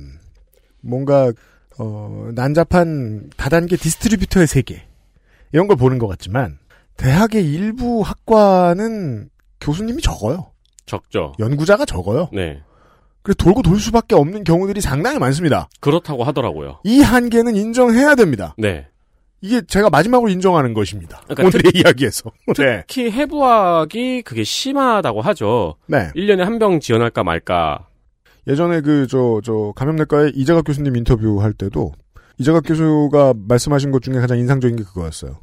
Speaker 2: 뭔가 어, 난잡한 다단계 디스트리뷰터의 세계 이런 걸 보는 것 같지만 대학의 일부 학과는 교수님이 적어요.
Speaker 3: 적죠.
Speaker 2: 연구자가 적어요.
Speaker 3: 네.
Speaker 2: 그래서 돌고 돌 수밖에 없는 경우들이 상당히 많습니다.
Speaker 3: 그렇다고 하더라고요.
Speaker 2: 이 한계는 인정해야 됩니다.
Speaker 3: 네.
Speaker 2: 이게 제가 마지막으로 인정하는 것입니다.
Speaker 3: 그러니까
Speaker 2: 오늘의 이야기에서. 네.
Speaker 3: 특히 해부학이 그게 심하다고 하죠.
Speaker 2: 네.
Speaker 3: 1년에 한 병 지원할까 말까.
Speaker 2: 예전에 그, 저, 저, 감염내과의 이자갑 교수님 인터뷰 할 때도, 이자갑 교수가 말씀하신 것 중에 가장 인상적인 게 그거였어요.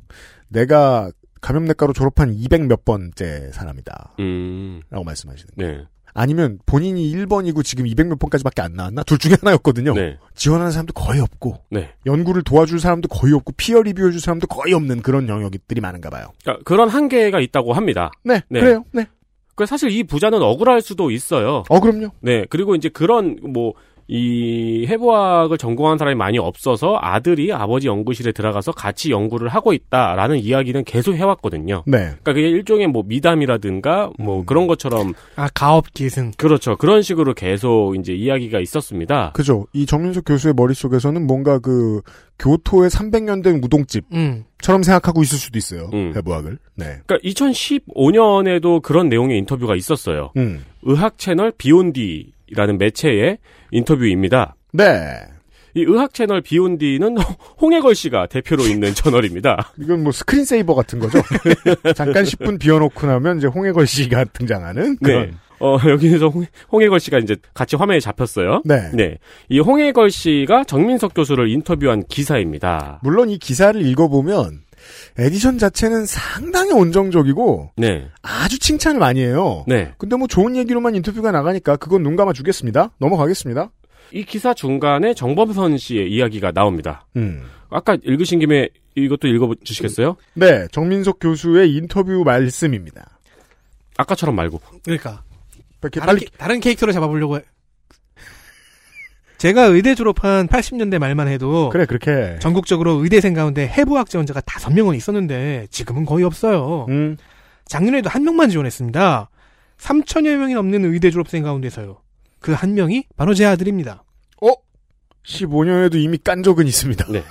Speaker 2: 내가 감염내과로 졸업한 200 몇 번째 사람이다.
Speaker 3: 음.
Speaker 2: 라고 말씀하시는. 거예요.
Speaker 3: 네.
Speaker 2: 아니면 본인이 1번이고 지금 200 몇 번까지밖에 안 나왔나? 둘 중에 하나였거든요.
Speaker 3: 네.
Speaker 2: 지원하는 사람도 거의 없고,
Speaker 3: 네.
Speaker 2: 연구를 도와줄 사람도 거의 없고, 피어 리뷰해줄 사람도 거의 없는 그런 영역들이 많은가 봐요.
Speaker 3: 그러니까 그런 한계가 있다고 합니다.
Speaker 2: 네,
Speaker 3: 네.
Speaker 2: 그래요. 네.
Speaker 3: 그 사실 이 부자는 억울할 수도 있어요.
Speaker 2: 어, 그럼요.
Speaker 3: 네. 그리고 이제 그런 뭐 이 해부학을 전공한 사람이 많이 없어서 아들이 아버지 연구실에 들어가서 같이 연구를 하고 있다라는 이야기는 계속 해왔거든요.
Speaker 2: 네.
Speaker 3: 그러니까 그게 일종의 뭐 미담이라든가 뭐
Speaker 2: 음.
Speaker 3: 그런 것처럼
Speaker 4: 아 가업 기승.
Speaker 3: 그렇죠. 그런 식으로 계속 이제 이야기가 있었습니다.
Speaker 2: 그죠. 이 정민석 교수의 머릿속에서는 뭔가 그, 교토의 300년 된 우동집,
Speaker 4: 음,
Speaker 2: 처럼 생각하고 있을 수도 있어요.
Speaker 3: 음.
Speaker 2: 해부학을. 네.
Speaker 3: 그러니까 2015년에도 그런 내용의 인터뷰가 있었어요.
Speaker 2: 음.
Speaker 3: 의학 채널 비욘디라는 매체의 인터뷰입니다.
Speaker 2: 네.
Speaker 3: 이 의학 채널 비욘디는 홍해걸 씨가 대표로 있는 채널입니다.
Speaker 2: 이건 뭐 스크린세이버 같은 거죠. 잠깐 10분 비워놓고 나면 이제 홍해걸 씨가 등장하는
Speaker 3: 네.
Speaker 2: 그런.
Speaker 3: 어, 여기서 홍, 홍해걸 씨가 이제 같이 화면에 잡혔어요.
Speaker 2: 네.
Speaker 3: 네. 이 홍해걸 씨가 정민석 교수를 인터뷰한 기사입니다.
Speaker 2: 물론 이 기사를 읽어보면 에디션 자체는 상당히 온정적이고
Speaker 3: 네.
Speaker 2: 아주 칭찬을 많이 해요.
Speaker 3: 네.
Speaker 2: 근데 뭐 좋은 얘기로만 인터뷰가 나가니까 그건 눈 감아 주겠습니다. 넘어가겠습니다.
Speaker 3: 이 기사 중간에 정범선 씨의 이야기가 나옵니다.
Speaker 2: 음.
Speaker 3: 아까 읽으신 김에 이것도 읽어주시겠어요?
Speaker 2: 네, 정민석 교수의 인터뷰 말씀입니다.
Speaker 3: 아까처럼 말고.
Speaker 4: 그러니까
Speaker 2: 이렇게
Speaker 4: 다른,
Speaker 2: 빨리
Speaker 4: 캐- 다른 캐릭터로 잡아보려고 해. 제가 의대 졸업한 80년대 말만 해도
Speaker 2: 그래 그렇게.
Speaker 4: 전국적으로 의대생 가운데 해부학 지원자가 5명은 있었는데 지금은 거의 없어요.
Speaker 2: 음.
Speaker 4: 작년에도 한 명만 지원했습니다. 3천여 명이 넘는 의대 졸업생 가운데서요. 그 한 명이 바로 제 아들입니다.
Speaker 2: 어? 15년에도 이미 깐 적은 있습니다.
Speaker 3: 네.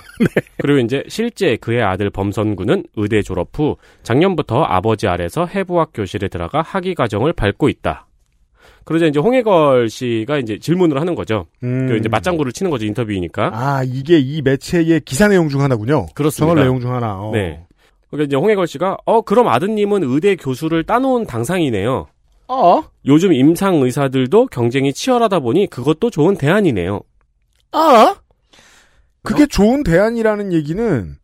Speaker 3: 그리고 이제 실제 그의 아들 범선군은 의대 졸업 후 작년부터 아버지 아래서 해부학 교실에 들어가 학위 과정을 밟고 있다. 그러자 이제 홍해걸 씨가 이제 질문을 하는 거죠.
Speaker 2: 음.
Speaker 3: 그 이제 맞장구를 치는 거죠 인터뷰이니까.
Speaker 2: 아 이게 이 매체의 기사 내용 중 하나군요.
Speaker 3: 그렇습니다.
Speaker 2: 저널 내용 중 하나. 어.
Speaker 3: 네. 그러니까 이제 홍해걸 씨가 어 그럼 아드님은 의대 교수를 따놓은 당상이네요.
Speaker 2: 어?
Speaker 3: 요즘 임상 의사들도 경쟁이 치열하다 보니 그것도 좋은 대안이네요.
Speaker 2: 아? 그게 좋은 대안이라는 얘기는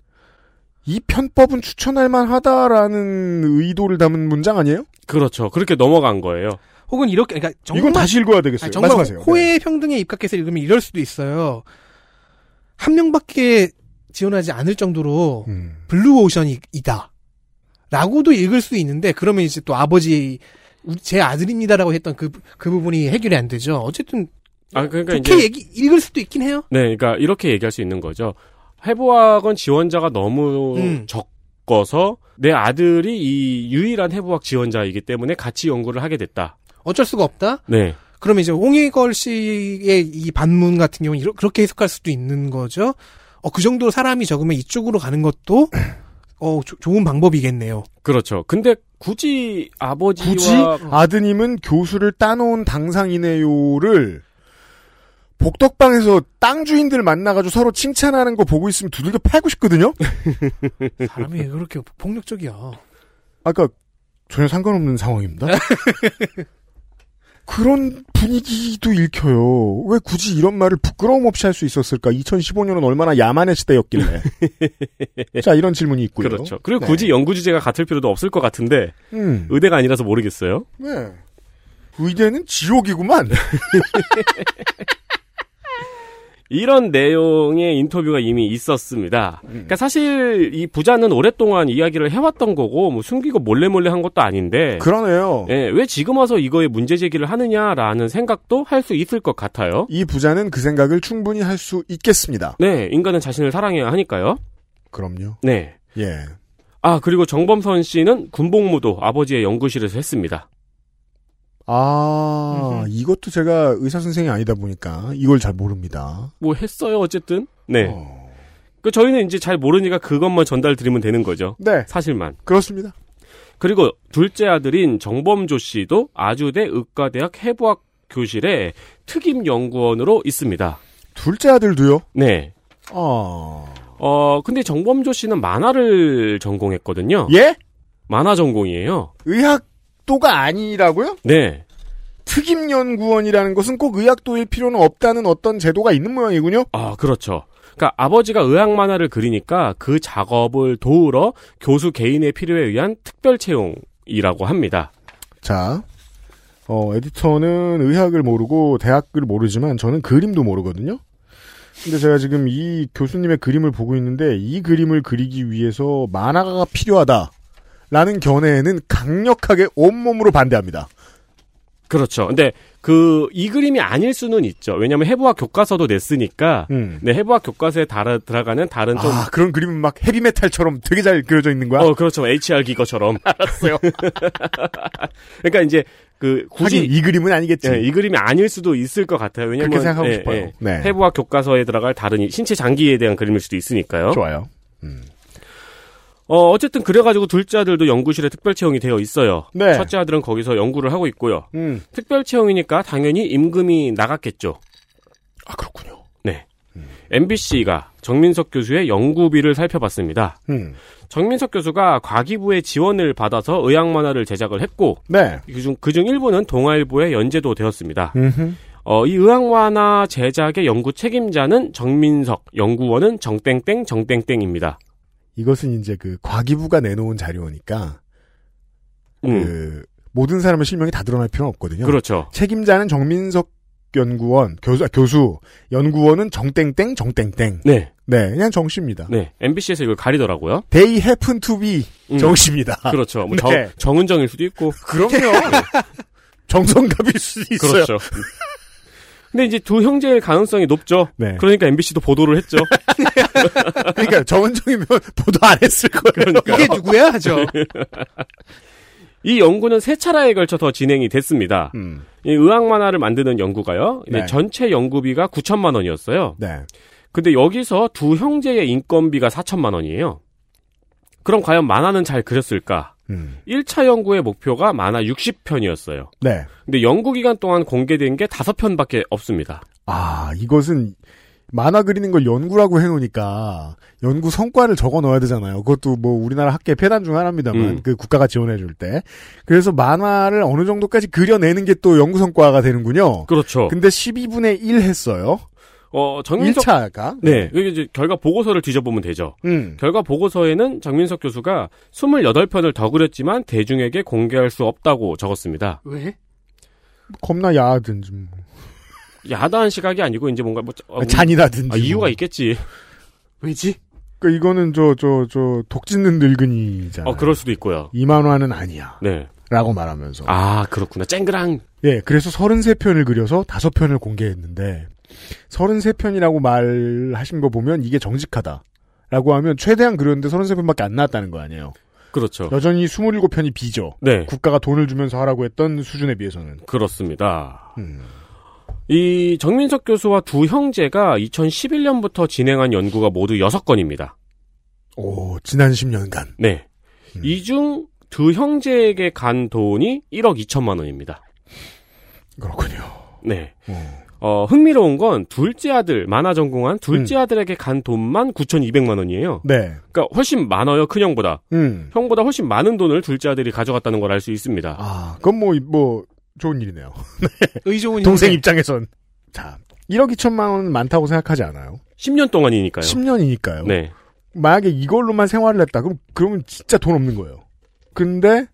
Speaker 2: 이 편법은 추천할 만하다라는 의도를 담은 문장 아니에요?
Speaker 3: 그렇죠. 그렇게 넘어간 거예요.
Speaker 4: 혹은 이렇게 그러니까 정말
Speaker 2: 이건 다시 읽어야 되겠어요.
Speaker 4: 아니, 정말
Speaker 2: 말씀하세요. 네.
Speaker 4: 호혜의 평등에 입각해서 읽으면 이럴 수도 있어요. 한 명밖에 지원하지 않을 정도로
Speaker 2: 음.
Speaker 4: 블루 오션이다. 라고도 읽을 수 있는데 그러면 이제 또 아버지 우리- 제 아들입니다라고 했던 그 그 부분이 해결이 안 되죠. 어쨌든
Speaker 3: 아 그러니까
Speaker 4: 좋게
Speaker 3: 이제
Speaker 4: 얘기 읽을 수도 있긴 해요.
Speaker 3: 네, 그러니까 이렇게 얘기할 수 있는 거죠. 해부학은 지원자가 너무
Speaker 4: 음.
Speaker 3: 적어서 내 아들이 이 유일한 해부학 지원자이기 때문에 같이 연구를 하게 됐다.
Speaker 4: 어쩔 수가 없다.
Speaker 3: 네,
Speaker 4: 그러면 이제 홍익걸 씨의 이 반문 같은 경우는 이렇- 그렇게 해석할 수도 있는 거죠. 어, 그 정도로 사람이 적으면 이쪽으로 가는 것도 어, 조- 좋은 방법이겠네요.
Speaker 3: 그렇죠. 근데 굳이 아버지와
Speaker 2: 굳이
Speaker 4: 어.
Speaker 2: 아드님은 교수를 따놓은 당상이네요를 복덕방에서 땅 주인들 만나가지고 서로 칭찬하는 거 보고 있으면 두들겨 패고 싶거든요?
Speaker 4: 사람이 왜 그렇게 폭력적이야.
Speaker 2: 아까 전혀 상관없는 상황입니다. 그런 분위기도 읽혀요. 왜 굳이 이런 말을 부끄러움 없이 할 수 있었을까? 2015년은 얼마나 야만의 시대였길래. 자, 이런 질문이 있고요.
Speaker 3: 그렇죠. 그리고
Speaker 2: 네.
Speaker 3: 굳이 연구 주제가 같을 필요도 없을 것 같은데
Speaker 2: 음.
Speaker 3: 의대가 아니라서 모르겠어요.
Speaker 2: 네. 의대는
Speaker 3: 네.
Speaker 2: 지옥이구만.
Speaker 3: 이런 내용의 인터뷰가 이미 있었습니다.
Speaker 2: 음.
Speaker 3: 그러니까 사실 이 부자는 오랫동안 이야기를 해왔던 거고 뭐 숨기고 몰래 몰래 한 것도 아닌데
Speaker 2: 그러네요.
Speaker 3: 예, 왜 지금 와서 이거에 문제 제기를 하느냐라는 생각도 할 수 있을 것 같아요.
Speaker 2: 이 부자는 그 생각을 충분히 할 수 있겠습니다.
Speaker 3: 네, 인간은 자신을 사랑해야 하니까요.
Speaker 2: 그럼요.
Speaker 3: 네.
Speaker 2: 예.
Speaker 3: 아, 그리고 정범선 씨는 군복무도 아버지의 연구실에서 했습니다.
Speaker 2: 아, 이것도 제가 의사 선생이 아니다 보니까 이걸 잘 모릅니다.
Speaker 3: 뭐 했어요, 어쨌든. 네.
Speaker 2: 어.
Speaker 3: 그 저희는 이제 잘 모르니까 그것만 전달 드리면 되는 거죠.
Speaker 2: 네,
Speaker 3: 사실만.
Speaker 2: 그렇습니다.
Speaker 3: 그리고 둘째 아들인 정범조 씨도 아주대 의과대학 해부학 교실에 특임 연구원으로 있습니다.
Speaker 2: 둘째 아들도요.
Speaker 3: 네.
Speaker 2: 아,
Speaker 3: 어, 근데 정범조 씨는 만화를 전공했거든요.
Speaker 2: 예?
Speaker 3: 만화 전공이에요.
Speaker 2: 의학도가 아니라고요?
Speaker 3: 네.
Speaker 2: 특임연구원이라는 것은 꼭 의학도일 필요는 없다는 어떤 제도가 있는 모양이군요.
Speaker 3: 아, 그렇죠. 그러니까 아버지가 의학 만화를 그리니까 그 작업을 도우러 교수 개인의 필요에 의한 특별 채용이라고 합니다.
Speaker 2: 자, 어, 에디터는 의학을 모르고 대학을 모르지만 저는 그림도 모르거든요. 근데 제가 지금 이 교수님의 그림을 보고 있는데 이 그림을 그리기 위해서 만화가 필요하다. 라는 견해에는 강력하게 온몸으로 반대합니다.
Speaker 3: 그렇죠. 근데 그 이 그림이 아닐 수는 있죠. 왜냐하면 해부학 교과서도 냈으니까
Speaker 2: 음.
Speaker 3: 네, 해부학 교과서에 달아, 들어가는 다른 좀
Speaker 2: 아, 그런 그림은 막 헤비메탈처럼 되게 잘 그려져 있는 거야?
Speaker 3: 어, 그렇죠. HR 기거처럼. 알았어요. 그러니까 이제 그 굳이
Speaker 2: 하긴 이 그림은 아니겠지.
Speaker 3: 예, 이 그림이 아닐 수도 있을 것 같아요. 왜냐면
Speaker 2: 그렇게 생각하고
Speaker 3: 예,
Speaker 2: 싶어요.
Speaker 3: 예.
Speaker 2: 네.
Speaker 3: 해부학 교과서에 들어갈 다른 이- 신체 장기에 대한 그림일 수도 있으니까요.
Speaker 2: 좋아요.
Speaker 3: 어, 어쨌든 그래가지고 둘째 아들도 연구실에 특별 채용이 되어 있어요.
Speaker 2: 네.
Speaker 3: 첫째 아들은 거기서 연구를 하고 있고요.
Speaker 2: 음.
Speaker 3: 특별 채용이니까 당연히 임금이 나갔겠죠.
Speaker 2: 아, 그렇군요.
Speaker 3: 네. MBC가 정민석 교수의 연구비를 살펴봤습니다.
Speaker 2: 음.
Speaker 3: 정민석 교수가 과기부의 지원을 받아서 의학 만화를 제작을 했고
Speaker 2: 네.
Speaker 3: 그중 그중 일부는 동아일보에 연재도 되었습니다.
Speaker 2: 음흠.
Speaker 3: 어, 이 의학 만화 제작의 연구 책임자는 정민석, 연구원은 정땡땡 정땡땡입니다.
Speaker 2: 이것은 이제 그 과기부가 내놓은 자료니까
Speaker 3: 음,
Speaker 2: 그 모든 사람의 실명이 다 드러날 필요는 없거든요.
Speaker 3: 그렇죠.
Speaker 2: 책임자는 정민석 연구원 교수 아, 교수 연구원은 정땡땡 정땡땡
Speaker 3: 네,
Speaker 2: 네 그냥 정씨입니다.
Speaker 3: 네. MBC에서 이걸 가리더라고요.
Speaker 2: They happen to be
Speaker 3: 음,
Speaker 2: 정씨입니다.
Speaker 3: 그렇죠.
Speaker 2: 네.
Speaker 3: 뭐 정, 정은정일 수도 있고.
Speaker 2: 그럼요. 정성갑일 수도 있어요.
Speaker 3: 그렇죠. 근데 이제 두 형제일 가능성이 높죠.
Speaker 2: 네.
Speaker 3: 그러니까 MBC도 보도를 했죠.
Speaker 2: 그러니까 정은정이면 보도 안 했을 거예요.
Speaker 4: 이게
Speaker 3: 그러니까.
Speaker 4: 누구야? 하죠.
Speaker 2: 네.
Speaker 3: 이 연구는 세 차례에 걸쳐 서 진행이 됐습니다.
Speaker 2: 음,
Speaker 3: 이 의학 만화를 만드는 연구가요.
Speaker 2: 네.
Speaker 3: 네, 전체 연구비가 9천만 원이었어요.
Speaker 2: 네.
Speaker 3: 근데 여기서 두 형제의 인건비가 4천만 원이에요. 그럼 과연 만화는 잘 그렸을까?
Speaker 2: 음,
Speaker 3: 1차 연구의 목표가 만화 60편이었어요.
Speaker 2: 네.
Speaker 3: 근데 연구 기간 동안 공개된 게 5편밖에 없습니다.
Speaker 2: 아, 이것은 만화 그리는 걸 연구라고 해놓으니까 연구 성과를 적어 넣어야 되잖아요. 그것도 뭐 우리나라 학계 폐단 중 하나입니다만
Speaker 3: 음.
Speaker 2: 그 국가가 지원해줄 때. 그래서 만화를 어느 정도까지 그려내는 게 또 연구 성과가 되는군요.
Speaker 3: 그렇죠.
Speaker 2: 근데 12분의 1 했어요.
Speaker 3: 어, 정민석
Speaker 2: 1차가.
Speaker 3: 네. 이게 이제 결과 보고서를 뒤져보면 되죠.
Speaker 2: 음.
Speaker 3: 결과 보고서에는 정민석 교수가 28편을 더 그렸지만 대중에게 공개할 수 없다고 적었습니다.
Speaker 4: 왜?
Speaker 2: 겁나 야하든지 뭐.
Speaker 3: 야다한 시각이 아니고 이제 뭔가 뭐 어,
Speaker 2: 잔이라든지.
Speaker 3: 아, 이유가
Speaker 2: 뭐.
Speaker 3: 있겠지.
Speaker 4: 왜지?
Speaker 2: 그 이거는 저 저 저 독짓는 늙은이잖아.
Speaker 3: 어, 그럴 수도 있고요.
Speaker 2: 이 만화는 아니야.
Speaker 3: 네.
Speaker 2: 라고 말하면서.
Speaker 3: 아, 그렇구나. 쨍그랑.
Speaker 2: 예, 그래서 33편을 그려서 5편을 공개했는데 33편이라고 말하신 거 보면 이게 정직하다. 라고 하면 최대한 그렸는데 33편밖에 안 나왔다는 거 아니에요.
Speaker 3: 그렇죠.
Speaker 2: 여전히 27편이 비죠.
Speaker 3: 네.
Speaker 2: 국가가 돈을 주면서 하라고 했던 수준에 비해서는.
Speaker 3: 그렇습니다.
Speaker 2: 음.
Speaker 3: 이 정민석 교수와 두 형제가 2011년부터 진행한 연구가 모두 6건입니다.
Speaker 2: 오, 지난 10년간.
Speaker 3: 네.
Speaker 2: 음.
Speaker 3: 이 중 두 형제에게 간 돈이 1억 2천만 원입니다.
Speaker 2: 그렇군요.
Speaker 3: 네.
Speaker 2: 어.
Speaker 3: 어, 흥미로운 건 둘째 아들, 만화 전공한 둘째
Speaker 2: 음.
Speaker 3: 아들에게 간 돈만 9,200만 원이에요.
Speaker 2: 네.
Speaker 3: 그러니까 훨씬 많아요, 큰형보다.
Speaker 2: 음.
Speaker 3: 형보다 훨씬 많은 돈을 둘째 아들이 가져갔다는 걸 알 수 있습니다.
Speaker 2: 아, 그건 뭐, 뭐, 좋은 일이네요.
Speaker 4: 의좋은
Speaker 2: 동생
Speaker 4: 형제.
Speaker 2: 입장에선. 자, 1억 2천만 원은 많다고 생각하지 않아요.
Speaker 3: 10년 동안이니까요.
Speaker 2: 10년이니까요.
Speaker 3: 네.
Speaker 2: 만약에 이걸로만 생활을 했다. 그럼, 그러면 진짜 돈 없는 거예요. 근데,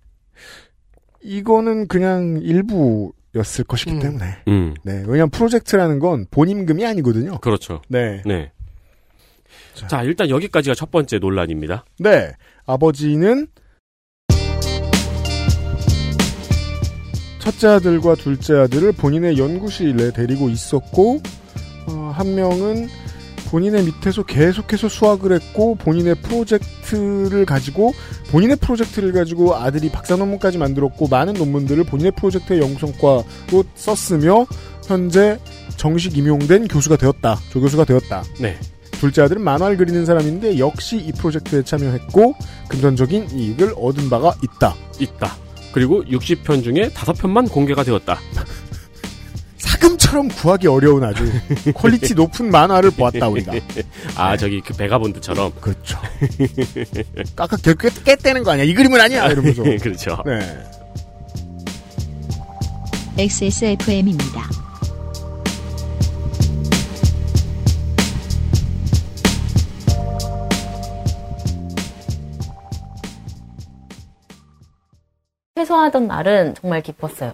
Speaker 2: 이거는 그냥 일부였을 것이기
Speaker 4: 음.
Speaker 2: 때문에.
Speaker 3: 음.
Speaker 2: 네. 왜냐면 하 프로젝트라는 건 본임금이 아니거든요.
Speaker 3: 그렇죠.
Speaker 2: 네.
Speaker 3: 네.
Speaker 2: 자.
Speaker 3: 자, 일단 여기까지가 첫 번째 논란입니다.
Speaker 2: 네. 아버지는, 첫째 아들과 둘째 아들을 본인의 연구실에 데리고 있었고, 어, 한 명은 본인의 밑에서 계속해서 수학을 했고 본인의 프로젝트를 가지고 본인의 프로젝트를 가지고 아들이 박사 논문까지 만들었고 많은 논문들을 본인의 프로젝트의 연구성과로 썼으며 현재 정식 임용된 교수가 되었다 조교수가 되었다.
Speaker 3: 네.
Speaker 2: 둘째 아들은 만화를 그리는 사람인데 역시 이 프로젝트에 참여했고 금전적인 이익을 얻은 바가 있다.
Speaker 3: 있다. 그리고 60편 중에 5편만 공개가 되었다.
Speaker 2: 사금처럼 구하기 어려운 아주 퀄리티 높은 만화를 보았다 우리가. 네.
Speaker 3: 아, 저기 그 베가본드처럼.
Speaker 2: 그렇죠. 아까 결국에 깼다는 거 아니야? 이 그림은 아니야? 이러면서. 네.
Speaker 3: 그렇죠.
Speaker 1: XSFM입니다.
Speaker 9: 퇴소하던 날은 정말 기뻤어요.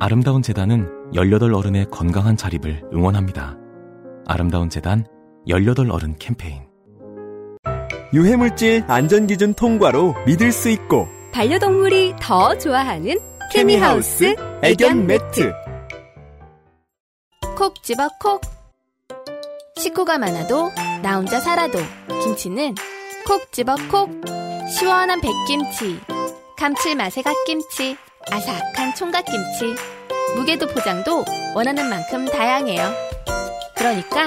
Speaker 10: 아름다운 재단은 18 어른의 건강한 자립을 응원합니다. 아름다운 재단 18 어른 캠페인.
Speaker 7: 유해물질 안전기준 통과로 믿을 수 있고
Speaker 11: 반려동물이 더 좋아하는 케미하우스
Speaker 7: 케미하우스 애견 매트
Speaker 5: 콕 집어 콕. 식구가 많아도 나 혼자 살아도 김치는 콕 집어 콕. 시원한 백김치, 감칠맛의 갓김치, 아삭한 총각김치. 무게도 포장도 원하는 만큼 다양해요. 그러니까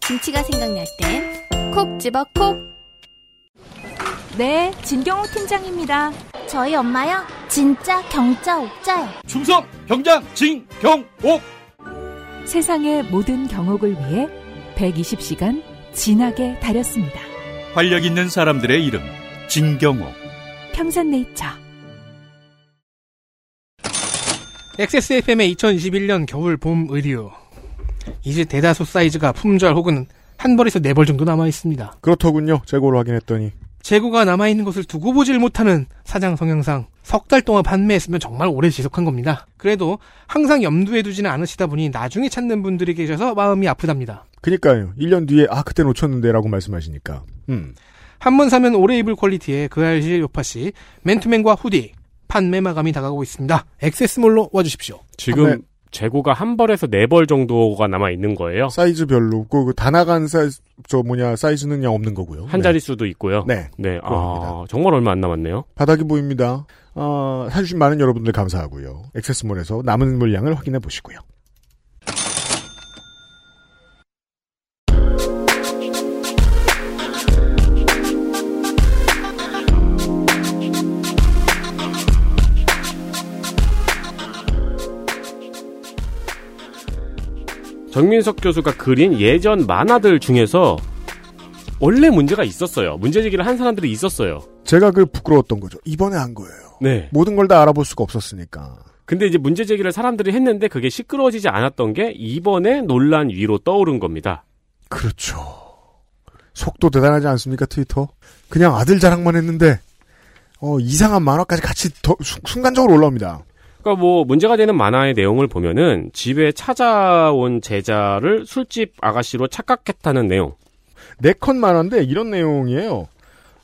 Speaker 5: 김치가 생각날 땐 콕 집어 콕.
Speaker 8: 네, 진경호 팀장입니다.
Speaker 12: 저희 엄마요? 진짜 경자 옥자요.
Speaker 6: 충성 경장 진경옥
Speaker 8: 세상의 모든 경옥을 위해 120시간 진하게 다렸습니다.
Speaker 6: 활력 있는 사람들의 이름 진경옥
Speaker 8: 평산네이처.
Speaker 4: XSFM의 2021년 겨울 봄 의류. 이제 대다수 사이즈가 품절 혹은 한 벌에서 네 벌 정도 남아 있습니다.
Speaker 2: 그렇더군요. 재고를 확인했더니.
Speaker 4: 재고가 남아 있는 것을 두고 보질 못하는 사장 성향상 석 달 동안 판매했으면 정말 오래 지속한 겁니다. 그래도 항상 염두에 두지는 않으시다 보니 나중에 찾는 분들이 계셔서 마음이 아프답니다.
Speaker 2: 그니까요. 1년 뒤에 아 그때 놓쳤는데라고 말씀하시니까. 음.
Speaker 4: 한 번 사면 오래 입을 퀄리티의 그알실 요파시 맨투맨과 후디 판매 마감이 다가오고 있습니다. 액세스몰로 와주십시오.
Speaker 3: 지금
Speaker 2: 아, 네.
Speaker 3: 재고가 한 벌에서 네 벌 정도가 남아 있는 거예요.
Speaker 2: 사이즈별로 그 다 나간 사이즈 저 뭐냐 사이즈는 그냥 없는 거고요.
Speaker 3: 한
Speaker 2: 네.
Speaker 3: 자릿수도 있고요.
Speaker 2: 네.
Speaker 3: 네. 아, 정말 얼마 안 남았네요.
Speaker 2: 바닥이 보입니다. 어, 사주신 많은 여러분들 감사하고요. 액세스몰에서 남은 물량을 확인해 보시고요.
Speaker 3: 정민석 교수가 그린 예전 만화들 중에서 원래 문제가 있었어요. 문제 제기를 한 사람들이 있었어요.
Speaker 2: 제가 그 부끄러웠던 거죠. 이번에 한 거예요.
Speaker 3: 네.
Speaker 2: 모든 걸 다 알아볼 수가 없었으니까.
Speaker 3: 근데 이제 문제 제기를 사람들이 했는데 그게 시끄러워지지 않았던 게 이번에 논란 위로 떠오른 겁니다.
Speaker 2: 그렇죠. 속도 대단하지 않습니까 트위터? 그냥 아들 자랑만 했는데 어, 이상한 만화까지 같이 더- 순- 순간적으로 올라옵니다.
Speaker 3: 그러니까 뭐 문제가 되는 만화의 내용을 보면은 집에 찾아온 제자를 술집 아가씨로 착각했다는 내용.
Speaker 2: 네컷 만화인데 이런 내용이에요.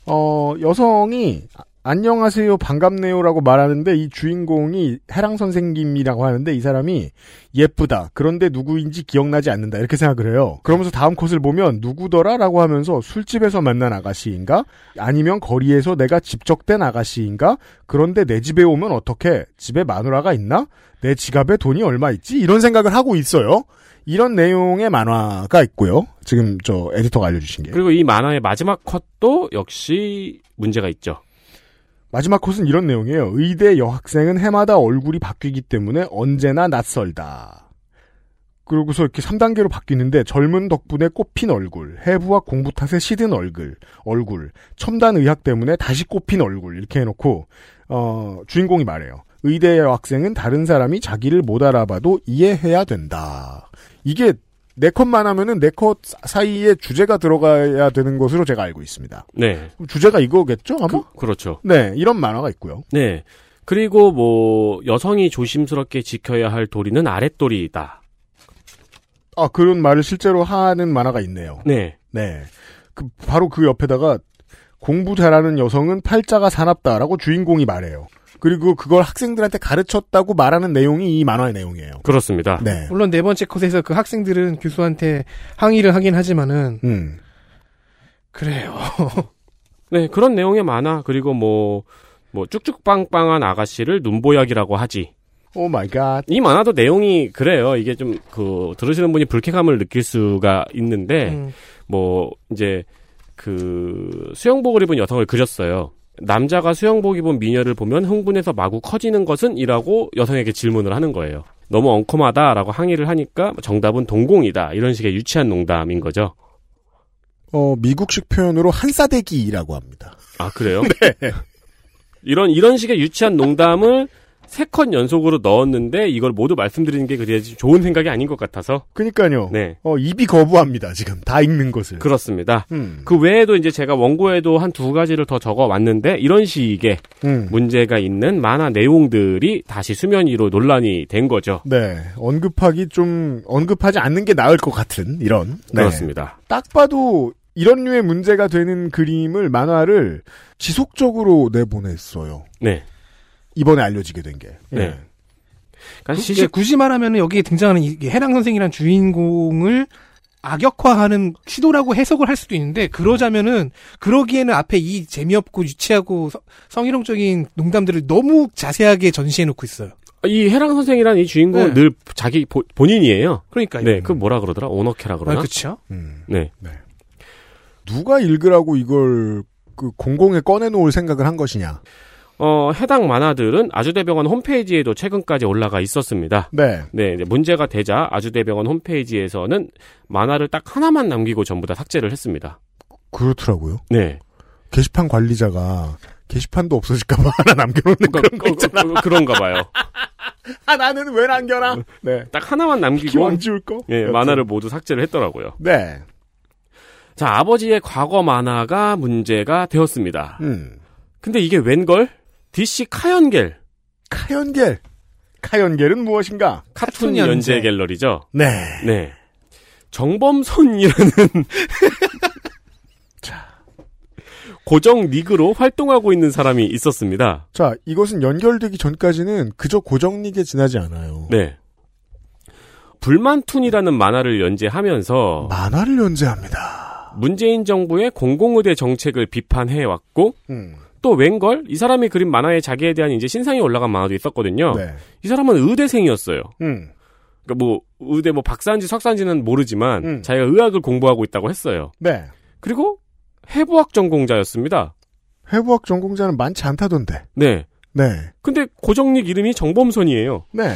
Speaker 2: 어, 여성이 아- 안녕하세요 반갑네요라고 말하는데 이 주인공이 해랑 선생님이라고 하는데 이 사람이 예쁘다. 그런데 누구인지 기억나지 않는다. 이렇게 생각을 해요. 그러면서 다음 컷을 보면 누구더라라고 하면서 술집에서 만난 아가씨인가? 아니면 거리에서 내가 집적된 아가씨인가? 그런데 내 집에 오면 어떻게? 집에 마누라가 있나? 내 지갑에 돈이 얼마 있지? 이런 생각을 하고 있어요. 이런 내용의 만화가 있고요. 지금 저 에디터가 알려주신 게
Speaker 3: 그리고 이 만화의 마지막 컷도 역시 문제가 있죠.
Speaker 2: 마지막 컷은 이런 내용이에요. 의대 여학생은 해마다 얼굴이 바뀌기 때문에 언제나 낯설다. 그러고서 이렇게 3단계로 바뀌는데 젊은 덕분에 꽃핀 얼굴, 해부학 공부 탓에 시든 얼굴, 얼굴, 첨단 의학 때문에 다시 꽃핀 얼굴 이렇게 해놓고 어, 주인공이 말해요. 의대 여학생은 다른 사람이 자기를 못 알아봐도 이해해야 된다. 이게 네 컷만 하면은 네 컷 사이에 주제가 들어가야 되는 것으로 제가 알고 있습니다.
Speaker 3: 네.
Speaker 2: 그럼 주제가 이거겠죠 아마?
Speaker 3: 그렇죠.
Speaker 2: 네, 이런 만화가 있고요.
Speaker 3: 네. 그리고 뭐 여성이 조심스럽게 지켜야 할 도리는 아랫도리이다.
Speaker 2: 아, 그런 말을 실제로 하는 만화가 있네요.
Speaker 3: 네.
Speaker 2: 네. 그, 바로 그 옆에다가 공부 잘하는 여성은 팔자가 사납다라고 주인공이 말해요. 그리고 그걸 학생들한테 가르쳤다고 말하는 내용이 이 만화의 내용이에요.
Speaker 3: 그렇습니다.
Speaker 2: 네.
Speaker 4: 물론 네 번째 컷에서 그 학생들은 교수한테 항의를 하긴 하지만은
Speaker 2: 음.
Speaker 4: 그래요.
Speaker 3: 네, 그런 내용의 만화 그리고 뭐, 뭐 쭉쭉빵빵한 아가씨를 눈보약이라고 하지.
Speaker 2: 오 마이 갓.
Speaker 3: 이 만화도 내용이 그래요. 이게 좀 그 들으시는 분이 불쾌감을 느낄 수가 있는데
Speaker 4: 음.
Speaker 3: 뭐 이제 그 수영복을 입은 여성을 그렸어요. 남자가 수영복 입은 미녀를 보면 흥분해서 마구 커지는 것은? 이라고 여성에게 질문을 하는 거예요. 너무 엉컴하다라고 항의를 하니까 정답은 동공이다. 이런 식의 유치한 농담인 거죠.
Speaker 2: 어, 미국식 표현으로 한싸대기라고 합니다.
Speaker 3: 아, 그래요? 이런, 이런 식의 유치한 농담을 세 컷 연속으로 넣었는데 이걸 모두 말씀드리는 게 그다지 좋은 생각이 아닌 것 같아서.
Speaker 2: 그니까요.
Speaker 3: 네.
Speaker 2: 어, 입이 거부합니다, 지금. 다 읽는 것을.
Speaker 3: 그렇습니다.
Speaker 2: 음.
Speaker 3: 그 외에도 이제 제가 원고에도 한 두 가지를 더 적어 왔는데 이런 식의
Speaker 2: 음.
Speaker 3: 문제가 있는 만화 내용들이 다시 수면 위로 논란이 된 거죠.
Speaker 2: 네. 언급하기 좀, 언급하지 않는 게 나을 것 같은, 이런. 네.
Speaker 3: 그렇습니다.
Speaker 2: 딱 봐도 이런 류의 문제가 되는 그림을 만화를 지속적으로 내보냈어요.
Speaker 3: 네.
Speaker 2: 이번에 알려지게 된 게. 예.
Speaker 3: 네. 그러니까
Speaker 4: 굳이,
Speaker 3: 시시
Speaker 4: 굳이 말하면은 여기에 등장하는 이- 이 해랑 선생이란 주인공을 악역화하는 시도라고 해석을 할 수도 있는데 그러자면은 그러기에는 앞에 이 재미없고 유치하고 서- 성희롱적인 농담들을 너무 자세하게 전시해 놓고 있어요.
Speaker 3: 이 해랑 선생이란 이 주인공은
Speaker 4: 네.
Speaker 3: 늘 자기 보- 본인이에요.
Speaker 4: 그러니까요.
Speaker 3: 네, 그 뭐라 네. 그러더라? 오너케라
Speaker 4: 아,
Speaker 3: 그러나?
Speaker 4: 그렇죠.
Speaker 2: 음.
Speaker 3: 네.
Speaker 2: 누가 읽으라고 음. 이걸 그 공공에 꺼내놓을 생각을 한 것이냐.
Speaker 3: 어, 해당 만화들은 아주대병원 홈페이지에도 최근까지 올라가 있었습니다.
Speaker 2: 네.
Speaker 3: 네, 이제 문제가 되자 아주대병원 홈페이지에서는 만화를 딱 하나만 남기고 전부 다 삭제를 했습니다.
Speaker 2: 그렇더라고요.
Speaker 3: 네.
Speaker 2: 게시판 관리자가 게시판도 없어질까봐 하나 남겨놓는 그런거 있잖아.
Speaker 3: 그런가 봐요.
Speaker 2: 아, 나는 왜 남겨라? 네.
Speaker 3: 딱 하나만 남기고
Speaker 2: 기왕 지울 거?
Speaker 3: 예,
Speaker 2: 여튼.
Speaker 3: 만화를 모두 삭제를 했더라고요.
Speaker 2: 네.
Speaker 3: 자, 아버지의 과거 만화가 문제가 되었습니다.
Speaker 2: 음.
Speaker 3: 근데 이게 웬걸? DC 카연겔.
Speaker 2: 카연겔. 카연겔은 무엇인가?
Speaker 3: 카툰 연재 갤러리죠.
Speaker 2: 네.
Speaker 3: 네. 정범선이라는 고정 리그로 활동하고 있는 사람이 있었습니다.
Speaker 2: 자, 이것은 연결되기 전까지는 그저 고정리에 지나지 않아요.
Speaker 3: 네. 불만툰이라는 만화를 연재하면서
Speaker 2: 만화를 연재합니다.
Speaker 3: 문재인 정부의 공공의대 정책을 비판해 왔고
Speaker 2: 음.
Speaker 3: 또 웬걸 이 사람이 그린 만화에 자기에 대한 이제 신상이 올라간 만화도 있었거든요.
Speaker 2: 네.
Speaker 3: 이 사람은 의대생이었어요.
Speaker 2: 음.
Speaker 3: 그러니까 뭐 의대 뭐 박사인지 석사인지는 모르지만
Speaker 2: 음.
Speaker 3: 자기가 의학을 공부하고 있다고 했어요.
Speaker 2: 네.
Speaker 3: 그리고 해부학 전공자였습니다.
Speaker 2: 해부학 전공자는 많지 않다던데.
Speaker 3: 네.
Speaker 2: 네.
Speaker 3: 근데 고정릭 이름이 정범선이에요.
Speaker 2: 네.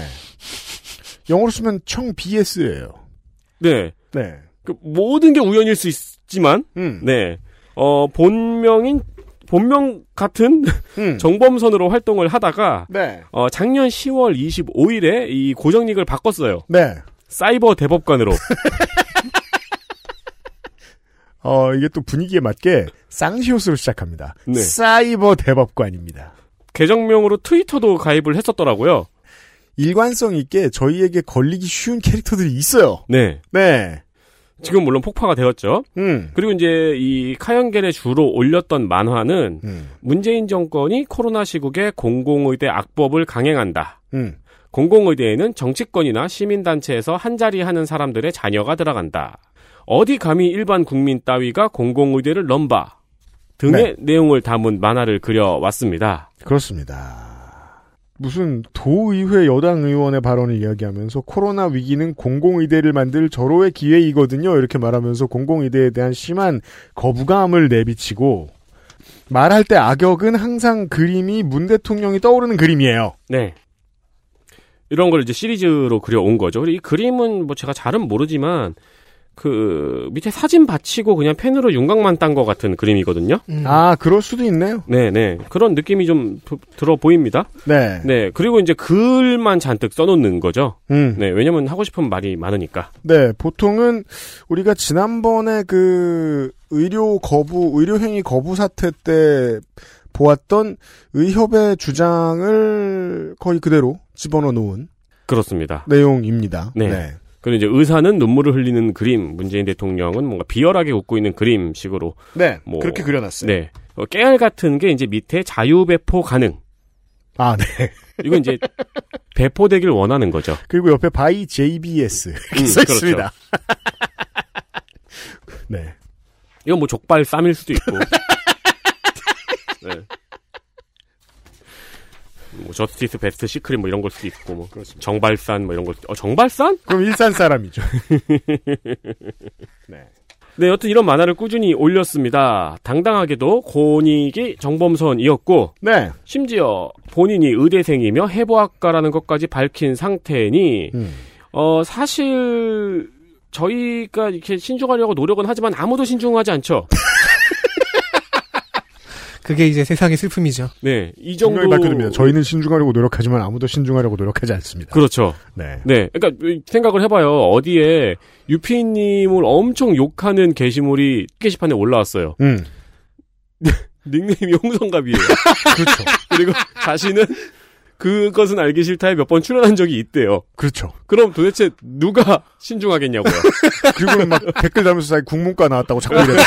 Speaker 2: 영어로 쓰면 청 BS예요.
Speaker 3: 네.
Speaker 2: 네.
Speaker 3: 그 모든 게 우연일 수 있지만,
Speaker 2: 음.
Speaker 3: 네. 어, 본명인, 본명 같은
Speaker 2: 음.
Speaker 3: 정범선으로 활동을 하다가,
Speaker 2: 네.
Speaker 3: 어, 작년 10월 25일에 이 고정릭을 바꿨어요.
Speaker 2: 네.
Speaker 3: 사이버 대법관으로.
Speaker 2: 어, 이게 또 분위기에 맞게 쌍시옷으로 시작합니다.
Speaker 3: 네.
Speaker 2: 사이버 대법관입니다.
Speaker 3: 계정명으로 트위터도 가입을 했었더라고요.
Speaker 2: 일관성 있게 저희에게 걸리기 쉬운 캐릭터들이 있어요.
Speaker 3: 네.
Speaker 2: 네.
Speaker 3: 지금 물론 폭파가 되었죠.
Speaker 2: 음.
Speaker 3: 그리고 이제 이 카연겔에 주로 올렸던 만화는
Speaker 2: 음.
Speaker 3: 문재인 정권이 코로나 시국에 공공의대 악법을 강행한다.
Speaker 2: 음.
Speaker 3: 공공의대에는 정치권이나 시민단체에서 한자리 하는 사람들의 자녀가 들어간다. 어디 감히 일반 국민 따위가 공공의대를 넘봐 등의 내용을 담은 만화를 그려왔습니다.
Speaker 2: 그렇습니다. 무슨 도의회 여당 의원의 발언을 이야기하면서 코로나 위기는 공공의대를 만들 절호의 기회이거든요. 이렇게 말하면서 공공의대에 대한 심한 거부감을 내비치고 말할 때 악역은 항상 그림이 문 대통령이 떠오르는 그림이에요.
Speaker 3: 네. 이런 걸 이제 시리즈로 그려온 거죠. 그리고 이 그림은 뭐 제가 잘은 모르지만 그 밑에 사진 받치고 그냥 펜으로 윤곽만 딴 것 같은 그림이거든요.
Speaker 4: 음.
Speaker 2: 아, 그럴 수도 있네요.
Speaker 3: 네네. 그런 느낌이 좀 부- 들어 보입니다.
Speaker 2: 네.
Speaker 3: 네. 그리고 이제 글만 잔뜩 써놓는 거죠.
Speaker 2: 음.
Speaker 3: 네. 왜냐면 하고 싶은 말이 많으니까.
Speaker 2: 네, 보통은 우리가 지난번에 그 의료 거부, 의료행위 거부 사태 때 보았던 의협의 주장을 거의 그대로 집어넣어 놓은
Speaker 3: 그렇습니다.
Speaker 2: 내용입니다.
Speaker 3: 네. 그리고 이제 의사는 눈물을 흘리는 그림, 문재인 대통령은 뭔가 비열하게 웃고 있는 그림식으로
Speaker 2: 네,
Speaker 3: 뭐-
Speaker 2: 그렇게 그려놨어요.
Speaker 3: 네 어, 깨알 같은 게 이제 밑에 자유 배포 가능.
Speaker 2: 아, 네.
Speaker 3: 이건 이제 배포되길 원하는 거죠.
Speaker 2: 그리고 옆에 바이 JBS 이렇게
Speaker 3: 음,
Speaker 2: 써
Speaker 3: 그렇죠.
Speaker 2: 있습니다. 네.
Speaker 3: 이건 뭐 족발 쌈일 수도 있고. 네. 뭐 저스티스 베스트 시크릿 뭐 이런 걸 수도 있고 뭐 정발산 뭐 이런 걸 어, 정발산?
Speaker 2: 그럼 일산 사람이죠. 네.
Speaker 3: 네, 여튼 이런 만화를 꾸준히 올렸습니다. 당당하게도 고닉이 정범선이었고
Speaker 2: 네.
Speaker 3: 심지어 본인이 의대생이며 해부학과라는 것까지 밝힌 상태니
Speaker 2: 음.
Speaker 3: 어 사실 저희가 이렇게 신중하려고 노력은 하지만 아무도 신중하지 않죠.
Speaker 4: 그게 이제 세상의 슬픔이죠.
Speaker 3: 네, 이 정도
Speaker 2: 정말 밝혀듭니다. 저희는 신중하려고 노력하지만 아무도 신중하려고 노력하지 않습니다.
Speaker 3: 그렇죠.
Speaker 2: 네.
Speaker 3: 네, 그러니까 생각을 해봐요. 어디에 유피님을 엄청 욕하는 게시물이 게시판에 올라왔어요.
Speaker 2: 음.
Speaker 3: 닉네임이 홍성갑이에요.
Speaker 2: 그렇죠.
Speaker 3: 그리고 자신은 그것은 알기 싫다에 몇 번 출연한 적이 있대요.
Speaker 2: 그렇죠.
Speaker 3: 그럼 도대체 누가 신중하겠냐고요.
Speaker 2: 그리고는 막 댓글 달면서 자기 국문과 나왔다고 자꾸 이래.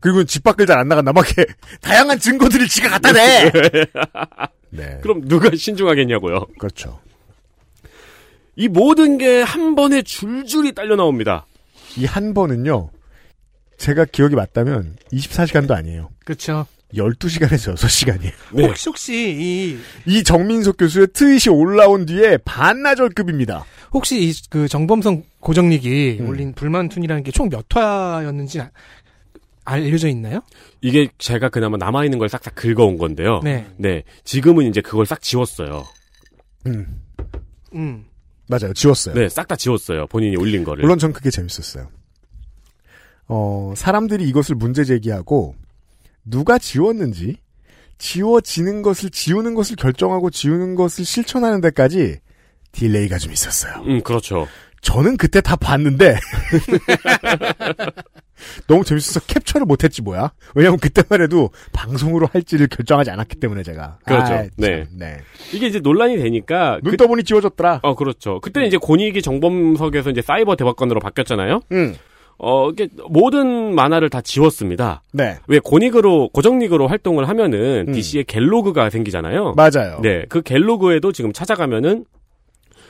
Speaker 2: 그리고는 집 밖을 잘 안 나간다. 막 이렇게 다양한 증거들을 지가 갖다 대. 네.
Speaker 3: 그럼 누가 신중하겠냐고요.
Speaker 2: 그렇죠.
Speaker 3: 이 모든 게 한 번에 줄줄이 딸려 나옵니다.
Speaker 2: 이 한 번은요. 제가 기억이 맞다면 24시간도 아니에요.
Speaker 4: 그렇죠.
Speaker 2: 12시간에서 6시간이에요.
Speaker 3: 네.
Speaker 4: 혹시 혹시 이
Speaker 2: 이 정민석 교수의 트윗이 올라온 뒤에 반나절급입니다.
Speaker 4: 혹시 이 그 정범성 고정리기
Speaker 2: 음.
Speaker 4: 올린 불만툰이라는 게 총 몇 화였는지 아- 알려져 있나요?
Speaker 3: 이게 제가 그나마 남아있는 걸 싹싹 긁어온 건데요.
Speaker 4: 네.
Speaker 3: 지금은 이제 그걸 싹 지웠어요.
Speaker 2: 음,
Speaker 4: 음.
Speaker 2: 맞아요. 지웠어요.
Speaker 3: 네, 싹 다 지웠어요. 본인이 올린 거를.
Speaker 2: 물론 전 그게 재밌었어요. 어, 사람들이 이것을 문제 제기하고 누가 지웠는지 지워지는 것을 지우는 것을 결정하고 지우는 것을 실천하는 데까지 딜레이가 좀 있었어요.
Speaker 3: 음, 그렇죠.
Speaker 2: 저는 그때 다 봤는데 너무 재밌어서 캡처를 못했지 뭐야. 왜냐면 그때만 해도 방송으로 할지를 결정하지 않았기 때문에 제가
Speaker 3: 그렇죠.
Speaker 2: 아이, 참,
Speaker 3: 네.
Speaker 2: 네.
Speaker 3: 이게 이제 논란이 되니까
Speaker 2: 눈 떠보니 지워졌더라.
Speaker 3: 어, 그렇죠. 그때 이제 권익이 정범석에서 이제 사이버 대법관으로 바뀌었잖아요.
Speaker 2: 음.
Speaker 3: 어, 이게 모든 만화를 다 지웠습니다.
Speaker 2: 네.
Speaker 3: 왜 권익으로 고정익으로 활동을 하면은 DC의 갤로그가 생기잖아요.
Speaker 2: 음. 맞아요.
Speaker 3: 네, 그 갤로그에도 지금 찾아가면은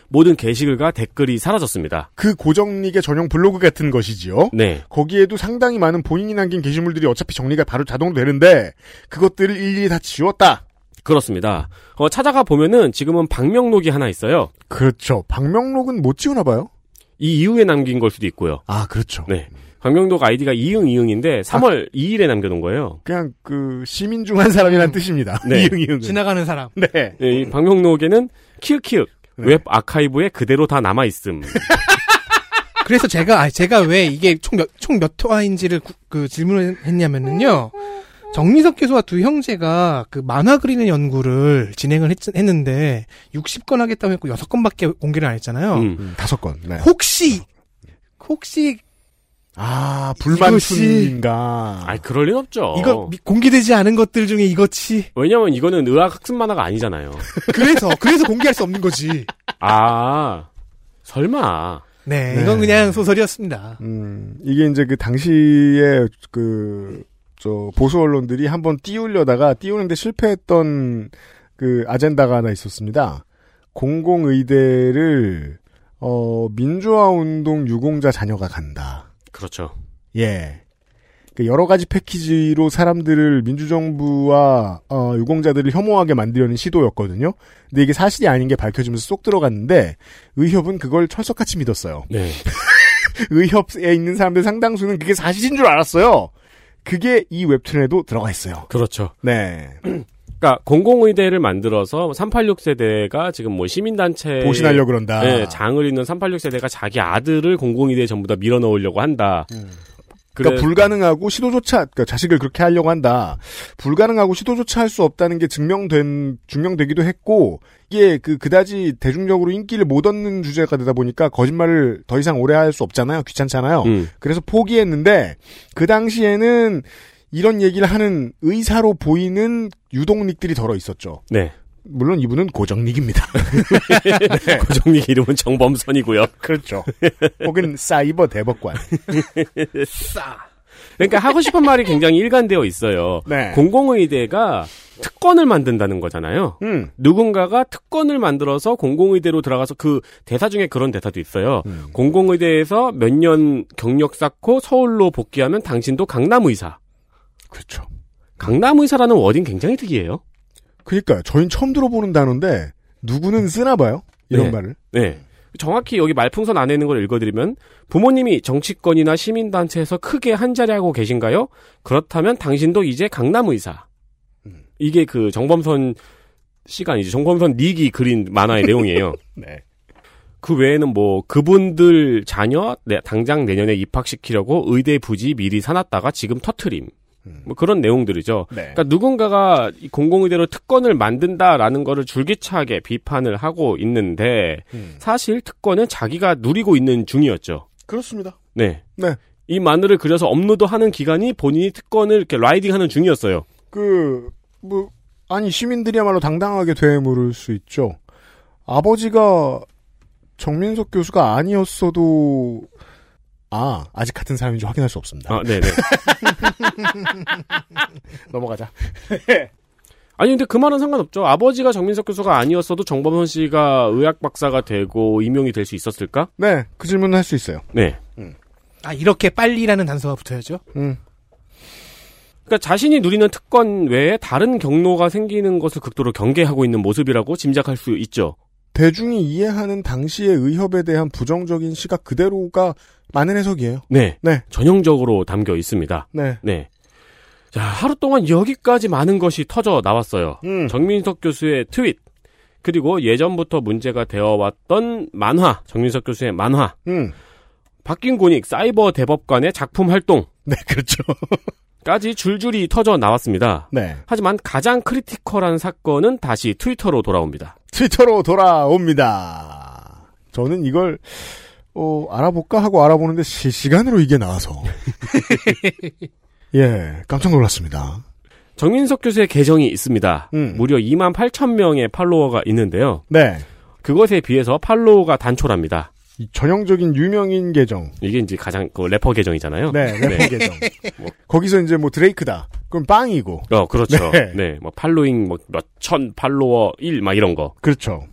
Speaker 3: 모든 게시글과 댓글이 사라졌습니다.
Speaker 2: 그 고정릭의 전용 블로그 같은 것이지요.
Speaker 3: 네.
Speaker 2: 거기에도 상당히 많은 본인이 남긴 게시물들이 어차피 정리가 바로 자동되는데 그것들을 일일이 다 지웠다.
Speaker 3: 그렇습니다. 어, 찾아가 보면은 지금은 방명록이 하나 있어요.
Speaker 2: 그렇죠. 방명록은 못 지우나 봐요.
Speaker 3: 이 이후에 남긴 걸 수도 있고요.
Speaker 2: 아, 그렇죠.
Speaker 3: 네. 방명록 아이디가 이응 이응인데
Speaker 2: 아.
Speaker 3: 3월 2일에 남겨놓은 거예요.
Speaker 2: 그냥 그 시민 중 한 사람이란 뜻입니다.
Speaker 3: 네.
Speaker 2: 이응 이응.
Speaker 4: 지나가는 사람.
Speaker 2: 네.
Speaker 3: 네, 이 방명록에는 키읔키읔
Speaker 2: 네.
Speaker 3: 웹 아카이브에 그대로 다 남아 있음.
Speaker 4: 그래서 제가 아, 제가 왜 이게 총몇총몇 화인지를 구- 그 질문을 했냐면은요. 정미석 교수와 두 형제가 그 만화 그리는 연구를 진행을 했, 는데 60권 하겠다고 했고 6건밖에 공개를 안 했잖아요.
Speaker 3: 음.
Speaker 2: 음, 다섯 건. 네.
Speaker 4: 혹시 혹시
Speaker 2: 아,
Speaker 4: 이것이-
Speaker 2: 불만춘인가.
Speaker 3: 아, 그럴 일 없죠.
Speaker 4: 이거 미- 공개되지 않은 것들 중에 이것이
Speaker 3: 왜냐면 이거는 의학 학습 만화가 아니잖아요.
Speaker 4: 그래서 그래서 공개할 수 없는 거지.
Speaker 3: 아, 설마.
Speaker 4: 네,
Speaker 2: 네.
Speaker 4: 이건 그냥 소설이었습니다.
Speaker 2: 음, 이게 이제 그 당시에 그, 저, 보수 언론들이 한번 띄우려다가 띄우는데 실패했던 그 아젠다가 하나 있었습니다. 공공의대를, 어, 민주화운동 유공자 자녀가 간다.
Speaker 3: 그렇죠.
Speaker 2: 예. 그 여러 가지 패키지로 사람들을 민주정부와 어, 유공자들을 혐오하게 만들려는 시도였거든요. 근데 이게 사실이 아닌 게 밝혀지면서 쏙 들어갔는데 의협은 그걸 철석같이 믿었어요.
Speaker 3: 네.
Speaker 2: 의협에 있는 사람들 상당수는 그게 사실인 줄 알았어요. 그게 이 웹툰에도 들어가 있어요.
Speaker 3: 그렇죠.
Speaker 2: 네.
Speaker 3: 그러니까 공공의대를 만들어서 386 세대가 지금 뭐 시민단체
Speaker 2: 보신하려고 그런다.
Speaker 3: 네, 장을 잇는 386 세대가 자기 아들을 공공의대에 전부 다 밀어 넣으려고 한다.
Speaker 2: 그러니까 불가능하고 시도조차 그러니까 자식을 그렇게 하려고 한다. 불가능하고 시도조차 할 수 없다는 게 증명된 증명되기도 했고 이게 그 그다지 대중적으로 인기를 못 얻는 주제가 되다 보니까 거짓말을 더 이상 오래 할 수 없잖아요. 귀찮잖아요.
Speaker 3: 음,
Speaker 2: 그래서 포기했는데 그 당시에는 이런 얘기를 하는 의사로 보이는 유동닉들이 덜어 있었죠.
Speaker 3: 네.
Speaker 2: 물론 이분은 고정닉입니다. 네.
Speaker 3: 고정리 그 이름은 정범선이고요.
Speaker 2: 그렇죠. 혹은 사이버 대법관.
Speaker 3: 그러니까 하고 싶은 말이 굉장히 일관되어 있어요.
Speaker 2: 네.
Speaker 3: 공공의대가 특권을 만든다는 거잖아요.
Speaker 2: 음.
Speaker 3: 누군가가 특권을 만들어서 공공의대로 들어가서 그 대사 중에 그런 대사도 있어요.
Speaker 2: 음.
Speaker 3: 공공의대에서 몇 년 경력 쌓고 서울로 복귀하면 당신도 강남의사.
Speaker 2: 그렇죠.
Speaker 3: 강남의사라는 워딩 굉장히 특이해요.
Speaker 2: 그러니까 저희는 처음 들어보는 단어인데 누구는 쓰나 봐요. 이런
Speaker 3: 네.
Speaker 2: 말을.
Speaker 3: 네. 정확히 여기 말풍선 안에 있는 걸 읽어드리면 부모님이 정치권이나 시민단체에서 크게 한자리하고 계신가요? 그렇다면 당신도 이제 강남의사.
Speaker 2: 음.
Speaker 3: 이게 그 정범선 씨가 아니지 정범선 닉이 그린 만화의 내용이에요.
Speaker 2: 네.
Speaker 3: 그 외에는 뭐 그분들 자녀 내- 당장 내년에 입학시키려고 의대 부지 미리 사놨다가 지금 터트림.
Speaker 2: 음.
Speaker 3: 뭐 그런 내용들이죠.
Speaker 2: 네.
Speaker 3: 그러니까 누군가가 이 공공의대로 특권을 만든다라는 거를 줄기차게 비판을 하고 있는데
Speaker 2: 음.
Speaker 3: 사실 특권은 자기가 누리고 있는 중이었죠.
Speaker 2: 그렇습니다.
Speaker 3: 네.
Speaker 2: 네.
Speaker 3: 이 마늘을 그려서 업로드 하는 기간이 본인이 특권을 이렇게 라이딩하는 중이었어요.
Speaker 2: 그, 뭐, 아니, 시민들이야말로 당당하게 되물을 수 있죠. 아버지가 정민석 교수가 아니었어도, 아, 아직 같은 사람인지 확인할 수 없습니다.
Speaker 3: 아, 네네.
Speaker 2: 넘어가자.
Speaker 3: 아니 근데 그 말은 상관없죠. 아버지가 정민석 교수가 아니었어도 정범선 씨가 의학 박사가 되고 임용이 될 수 있었을까?
Speaker 2: 네, 그 질문은 할 수 있어요.
Speaker 3: 네.
Speaker 4: 아 이렇게 빨리라는 단서가 붙어야죠.
Speaker 2: 음.
Speaker 3: 그러니까 자신이 누리는 특권 외에 다른 경로가 생기는 것을 극도로 경계하고 있는 모습이라고 짐작할 수 있죠.
Speaker 2: 대중이 이해하는 당시의 의협에 대한 부정적인 시각 그대로가 많은 해석이에요.
Speaker 3: 네.
Speaker 2: 네.
Speaker 3: 전형적으로 담겨 있습니다.
Speaker 2: 네.
Speaker 3: 네. 자, 하루 동안 여기까지 많은 것이 터져 나왔어요.
Speaker 2: 음,
Speaker 3: 정민석 교수의 트윗, 그리고 예전부터 문제가 되어왔던 만화, 정민석 교수의 만화,
Speaker 2: 음.
Speaker 3: 바뀐 고닉 사이버 대법관의 작품 활동.
Speaker 2: 네, 그렇죠.
Speaker 3: 까지 줄줄이 터져 나왔습니다.
Speaker 2: 네.
Speaker 3: 하지만 가장 크리티컬한 사건은 다시 트위터로 돌아옵니다.
Speaker 2: 트위터로 돌아옵니다. 저는 이걸 어, 알아볼까 하고 알아보는데 실시간으로 이게 나와서 예 깜짝 놀랐습니다.
Speaker 3: 정민석 교수의 계정이 있습니다.
Speaker 2: 음.
Speaker 3: 무려 2만 8천 명의 팔로워가 있는데요.
Speaker 2: 네.
Speaker 3: 그것에 비해서 팔로워가 단촐합니다.
Speaker 2: 전형적인 유명인 계정.
Speaker 3: 이게 이제 가장 그 래퍼 계정이잖아요.
Speaker 2: 네, 래퍼 계정. 거기서 이제 뭐 드레이크다. 그럼 빵이고.
Speaker 3: 어, 그렇죠.
Speaker 2: 네.
Speaker 3: 네. 뭐 팔로잉 뭐 몇천 팔로워 1 막 이런 거.
Speaker 2: 그렇죠.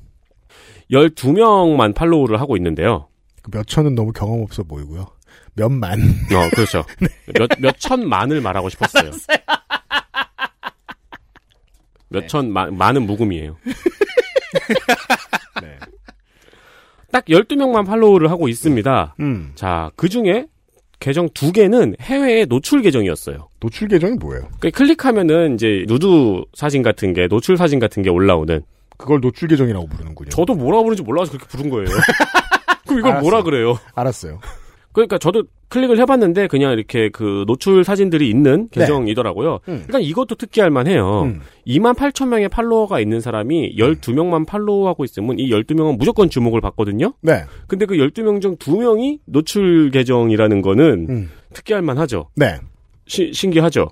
Speaker 3: 12명만 팔로우를 하고 있는데요.
Speaker 2: 몇 천은 너무 경험 없어 보이고요. 몇만.
Speaker 3: 어, 그렇죠. 몇, 몇 천만을 말하고 싶었어요. 몇 천만, 많은 묵음이에요. 네. 딱 12명만 팔로우를 하고 있습니다.
Speaker 2: 음.
Speaker 3: 자, 그 중에 계정 두 개는 해외의 노출 계정이었어요.
Speaker 2: 노출 계정이 뭐예요?
Speaker 3: 그 클릭하면은 이제 누드 사진 같은 게, 노출 사진 같은 게 올라오는.
Speaker 2: 그걸 노출 계정이라고 부르는군요.
Speaker 3: 저도 뭐라 부르는지 몰라서 그렇게 부른 거예요. 그럼 이걸
Speaker 2: 알았어요.
Speaker 3: 뭐라 그래요?
Speaker 2: 알았어요.
Speaker 3: 그러니까 저도 클릭을 해봤는데 그냥 이렇게 그 노출 사진들이 있는 계정이더라고요. 일단 이것도 특기할
Speaker 2: 어.
Speaker 3: 만해요.
Speaker 2: 음.
Speaker 3: 2만 8천 명의 팔로워가 있는 사람이 12명만 팔로우하고 있으면 이 12명은 무조건 주목을 받거든요.
Speaker 2: 네.
Speaker 3: 근데 그 12명 중 2명이 노출 계정이라는 거는
Speaker 2: 음.
Speaker 3: 특기할 만하죠.
Speaker 2: 네. 음.
Speaker 3: 시- 신기하죠.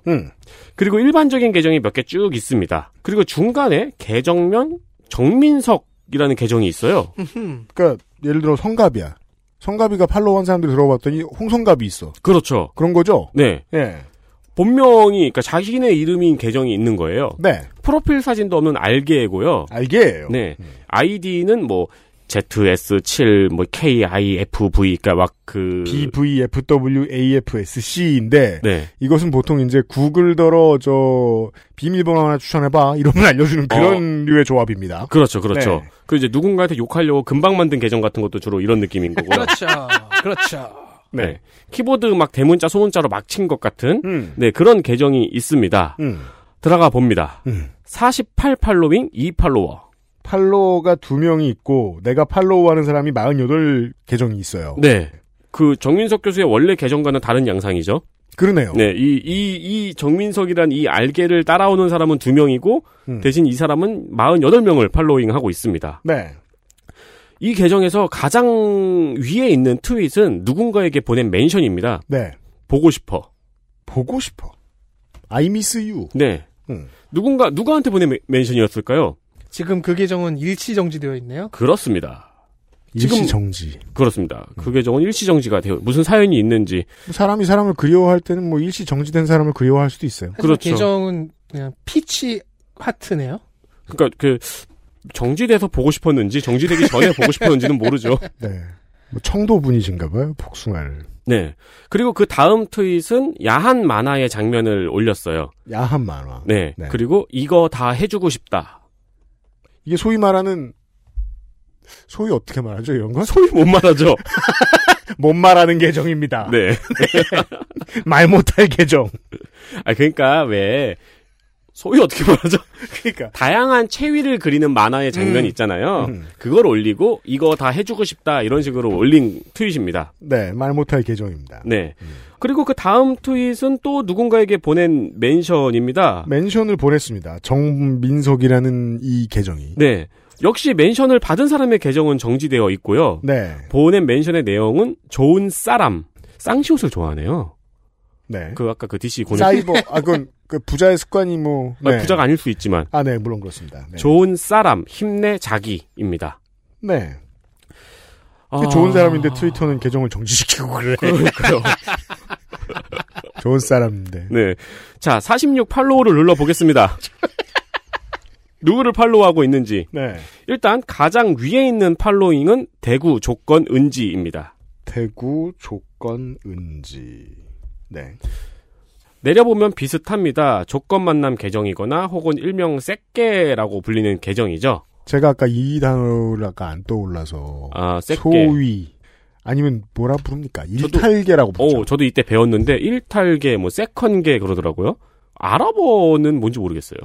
Speaker 3: 그리고 일반적인 계정이 몇 개 쭉 있습니다. 그리고 중간에 계정명 정민석이라는 계정이 있어요.
Speaker 2: 그러니까 예를 들어 성갑이야. 성갑이가 팔로우한 사람들이 들어봤더니 홍성갑이 있어.
Speaker 3: 그렇죠.
Speaker 2: 그런 거죠?
Speaker 3: 네.
Speaker 2: 예.
Speaker 3: 본명이 그러니까 자신의 이름인 계정이 있는 거예요.
Speaker 2: 네.
Speaker 3: 프로필 사진도 없는 알게고요.
Speaker 2: 아, 알게예요.
Speaker 3: 네. 아이디는 뭐 ZS7 뭐 KIFV 그러니까 막그
Speaker 2: BVFWAFSC인데
Speaker 3: 네.
Speaker 2: 이것은 보통 이제 구글더러 저 비밀번호 하나 추천해봐 이러면
Speaker 3: 어.
Speaker 2: 알려주는 그런 류의 조합입니다.
Speaker 3: 그렇죠. 그렇죠.
Speaker 2: 네.
Speaker 3: 그 이제 누군가한테 욕하려고 금방 만든 계정 같은 것도 주로 이런 느낌인 거고요.
Speaker 4: 그렇죠. 그렇죠.
Speaker 3: 네. 키보드 막 대문자 소문자로 막 친 것
Speaker 2: 음.
Speaker 3: 같은 네, 그런 계정이 있습니다. 들어가 봅니다. 48 팔로잉 2 팔로워.
Speaker 2: 음. 팔로워가 두 명이 있고 내가 팔로우하는 사람이 48 계정이 있어요.
Speaker 3: 네. 그 정민석 교수의 원래 계정과는 다른 양상이죠.
Speaker 2: 그러네요.
Speaker 3: 네, 이, 이, 이 정민석이란 이 알게를 따라오는 사람은 두 명이고, 대신 이 사람은 48명을 팔로잉하고 있습니다.
Speaker 2: 네.
Speaker 3: 이 계정에서 가장 위에 있는 트윗은 누군가에게 보낸 멘션입니다.
Speaker 2: 네.
Speaker 3: 보고 싶어.
Speaker 2: 보고 싶어. I miss you.
Speaker 3: 네.
Speaker 2: 음.
Speaker 3: 누군가, 누구한테 보낸 메- 멘션이었을까요?
Speaker 4: 지금 그 계정은 일시 정지되어 있네요.
Speaker 3: 그렇습니다.
Speaker 2: 일시
Speaker 3: 지금-
Speaker 2: 정지.
Speaker 3: 그렇습니다. 그 계정은 일시정지가 돼요. 무슨 사연이 있는지.
Speaker 2: 사람이 사람을 그리워할 때는 뭐 일시 정지된 사람을 그리워할 수도 있어요.
Speaker 4: 하지만
Speaker 3: 그렇죠.
Speaker 4: 계정은 그냥 피치 하트네요.
Speaker 3: 그러니까 그, 정지돼서 보고 싶었는지, 정지되기 전에 보고 싶었는지는 모르죠.
Speaker 2: 네. 뭐 청도 분이신가 봐요. 복숭아를.
Speaker 3: 네. 그리고 그 다음 트윗은 야한 만화의 장면을 올렸어요.
Speaker 2: 야한 만화.
Speaker 3: 네.
Speaker 2: 네.
Speaker 3: 그리고 이거 다 해주고 싶다.
Speaker 2: 이게 소위 말하는 소위 어떻게 말하죠 이런 건?
Speaker 3: 소위 못 말하죠.
Speaker 2: 못 말하는 계정입니다.
Speaker 3: 네.
Speaker 2: 말 못할 계정.
Speaker 3: 아 그러니까 왜 소위 어떻게 말하죠?
Speaker 2: 그러니까 음.
Speaker 3: 다양한 체위를 그리는 만화의 장면 이 있잖아요. 그걸 올리고 이거 다 해주고 싶다 이런 식으로 올린 트윗입니다.
Speaker 2: 네, 말 못할 계정입니다.
Speaker 3: 네. 그리고 그 다음 트윗은 또 누군가에게 보낸 멘션입니다.
Speaker 2: 멘션을 보냈습니다. 정민석이라는 이 계정이.
Speaker 3: 네. 역시 멘션을 받은 사람의 계정은 정지되어 있고요.
Speaker 2: 네,
Speaker 3: 보낸 멘션의 내용은 좋은 사람. 쌍시옷을 좋아하네요.
Speaker 2: 네.
Speaker 3: 그 아까 그 DC 고뇌
Speaker 2: 사이버 아 그건 그 부자의 습관이 뭐.
Speaker 3: 아,
Speaker 2: 네.
Speaker 3: 부자가 아닐 수 있지만
Speaker 2: 아, 네, 물론 그렇습니다. 네.
Speaker 3: 좋은 사람 힘내 자기입니다.
Speaker 2: 네.
Speaker 3: 아.
Speaker 2: 좋은 사람인데 트위터는 계정을 정지시키고 그래.
Speaker 3: 그러니까요.
Speaker 2: 좋은 사람인데.
Speaker 3: 네. 자, 46 팔로우를 눌러 보겠습니다. 누구를 팔로우하고 있는지.
Speaker 2: 네.
Speaker 3: 일단 가장 위에 있는 팔로잉은 대구 조건 은지입니다.
Speaker 2: 대구 조건 은지. 네.
Speaker 3: 내려보면 비슷합니다. 조건 만남 계정이거나 혹은 일명 새끼라고 불리는 계정이죠.
Speaker 2: 제가 아까 이 단어를 아까 안 떠올라서
Speaker 3: 아, 쌔게.
Speaker 2: 소위 아니면 뭐라 부릅니까?
Speaker 3: 저도-
Speaker 2: 일탈계라고 부르죠.
Speaker 3: 어, 저도 이때 배웠는데 일탈계, 뭐 세컨계 그러더라고요. 아랍어는 뭔지 모르겠어요.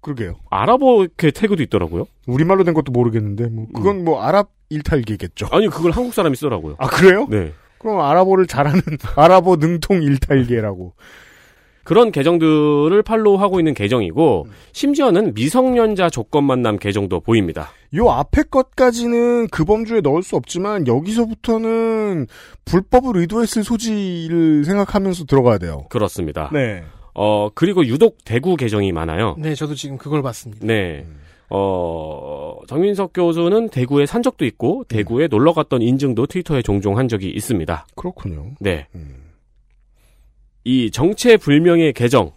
Speaker 2: 그러게요.
Speaker 3: 아랍어 그 태그도 있더라고요.
Speaker 2: 우리말로 된 것도 모르겠는데 뭐
Speaker 3: 음.
Speaker 2: 그건 뭐 아랍 일탈계겠죠.
Speaker 3: 아니 그걸 한국 사람이 쓰더라고요.
Speaker 2: 아 그래요?
Speaker 3: 네.
Speaker 2: 그럼 아랍어를 잘하는 아랍어 능통 일탈계라고.
Speaker 3: 그런 계정들을 팔로우하고 있는 계정이고 심지어는 미성년자 조건 만남 계정도 보입니다.
Speaker 2: 요 앞에 것까지는 그 범주에 넣을 수 없지만 여기서부터는 불법을 의도했을 소지를 생각하면서 들어가야 돼요.
Speaker 3: 그렇습니다.
Speaker 2: 네.
Speaker 3: 어 그리고 유독 대구 계정이 많아요.
Speaker 4: 네, 저도 지금 그걸 봤습니다.
Speaker 3: 네.
Speaker 2: 음,
Speaker 3: 어, 정민석 교수는 대구에 산 적도 있고, 대구에 놀러 갔던 인증도 트위터에 종종 한 적이 있습니다.
Speaker 2: 그렇군요. 음.
Speaker 3: 네. 이 정체불명의 계정.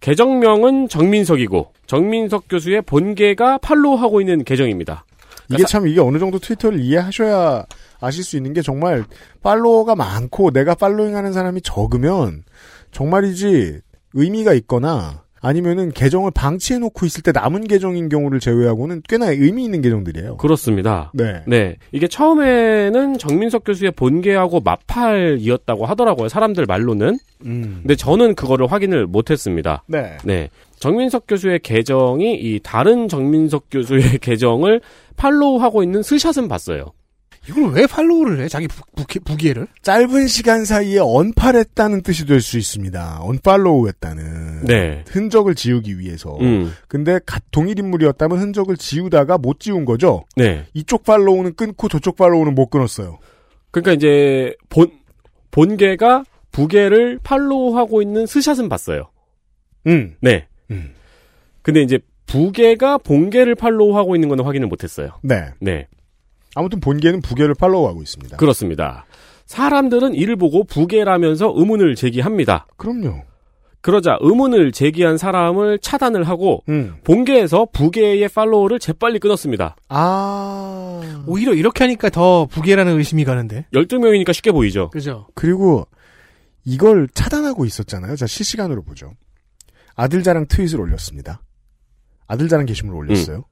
Speaker 3: 계정명은 정민석이고, 정민석 교수의 본계가 팔로우하고 있는 계정입니다.
Speaker 2: 이게 참 이게 어느 정도 트위터를 이해하셔야 아실 수 있는 게 정말 팔로워가 많고 내가 팔로잉하는 사람이 적으면 정말이지 의미가 있거나 아니면은 계정을 방치해 놓고 있을 때 남은 계정인 경우를 제외하고는 꽤나 의미 있는 계정들이에요.
Speaker 3: 그렇습니다.
Speaker 2: 네.
Speaker 3: 네. 이게 처음에는 정민석 교수의 본계하고 마팔이었다고 하더라고요. 사람들 말로는. 근데 저는 그거를 확인을 못했습니다.
Speaker 2: 음. 네.
Speaker 3: 네. 정민석 교수의 계정이 이 다른 정민석 교수의 계정을 팔로우하고 있는 스샷은 봤어요.
Speaker 4: 이걸 왜 팔로우를 해? 자기 부, 부, 부기회를?
Speaker 2: 짧은 시간 사이에 언팔했다는 뜻이 될 수 있습니다. 언팔로우했다는
Speaker 3: 네.
Speaker 2: 흔적을 지우기 위해서.
Speaker 3: 음.
Speaker 2: 근데 갓 동일 인물이었다면 흔적을 지우다가 못 지운 거죠.
Speaker 3: 네.
Speaker 2: 이쪽 팔로우는 끊고 저쪽 팔로우는 못 끊었어요.
Speaker 3: 그러니까 이제 본 본계가 부계를 팔로우하고 있는 스샷은 봤어요.
Speaker 2: 음.
Speaker 3: 네. 근데 이제 부계가 본계를 팔로우하고 있는 거는 확인을 못 했어요.
Speaker 2: 네.
Speaker 3: 네.
Speaker 2: 아무튼 본계는 부계를 팔로우하고 있습니다.
Speaker 3: 그렇습니다. 사람들은 이를 보고 부계라면서 의문을 제기합니다.
Speaker 2: 그럼요.
Speaker 3: 그러자 의문을 제기한 사람을 차단을 하고
Speaker 2: 음.
Speaker 3: 본계에서 부계의 팔로우를 재빨리 끊었습니다.
Speaker 2: 아.
Speaker 4: 오히려 이렇게 하니까 더 부계라는 의심이 가는데.
Speaker 3: 12명이니까 쉽게 보이죠.
Speaker 4: 그죠?
Speaker 2: 그리고 이걸 차단하고 있었잖아요. 자, 실시간으로 보죠. 아들 자랑 트윗을 올렸습니다. 아들 자랑 게시물을 올렸어요.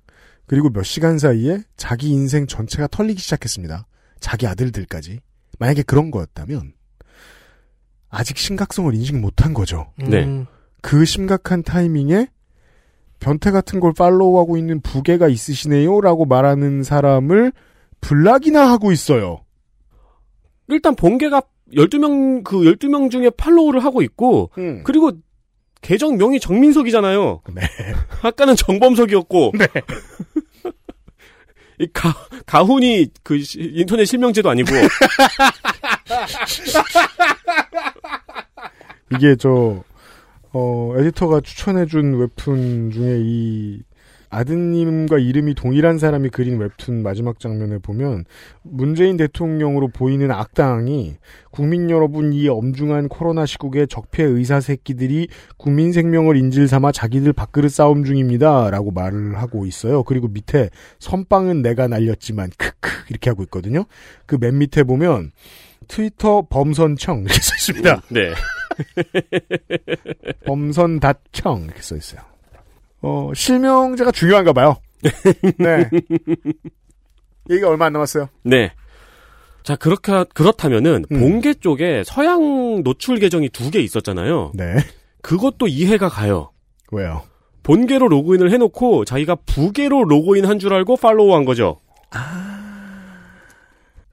Speaker 2: 그리고 몇 시간 사이에 자기 인생 전체가 털리기 시작했습니다. 자기 아들들까지. 만약에 그런 거였다면 아직 심각성을 인식 못한 거죠.
Speaker 4: 음.
Speaker 3: 네.
Speaker 2: 그 심각한 타이밍에 변태 같은 걸 팔로우하고 있는 부계가 있으시네요? 라고 말하는 사람을 블락이나 하고 있어요.
Speaker 3: 일단 본계가 12명, 그 12명 중에 팔로우를 하고 있고,
Speaker 2: 음.
Speaker 3: 그리고 계정명이 정민석이잖아요.
Speaker 2: 네.
Speaker 3: 아까는 정범석이었고,
Speaker 2: 네.
Speaker 3: 이 가, 가훈이 그 시- 인터넷 실명제도 아니고,
Speaker 2: 이게 저, 어, 에디터가 추천해준 웹툰 중에 이 아드님과 이름이 동일한 사람이 그린 웹툰 마지막 장면에 보면 문재인 대통령으로 보이는 악당이 국민 여러분 이 엄중한 코로나 시국에 적폐 의사 새끼들이 국민 생명을 인질 삼아 자기들 밥그릇 싸움 중입니다. 라고 말을 하고 있어요. 그리고 밑에 선빵은 내가 날렸지만 크크 이렇게 하고 있거든요. 그 맨 밑에 보면 트위터 범선청 이렇게 써 있습니다.
Speaker 3: 네.
Speaker 2: 범선 다청 이렇게 써 있어요. 어 실명제가 중요한가 봐요. 네. 얘기가 얼마 안 남았어요.
Speaker 3: 네. 자, 그렇게, 그렇다면은, 본계 쪽에 서양 노출 계정이 두 개 있었잖아요.
Speaker 2: 네.
Speaker 3: 그것도 이해가 가요.
Speaker 2: 왜요?
Speaker 3: 본계로 로그인을 해놓고 자기가 부계로 로그인 한 줄 알고 팔로우 한 거죠.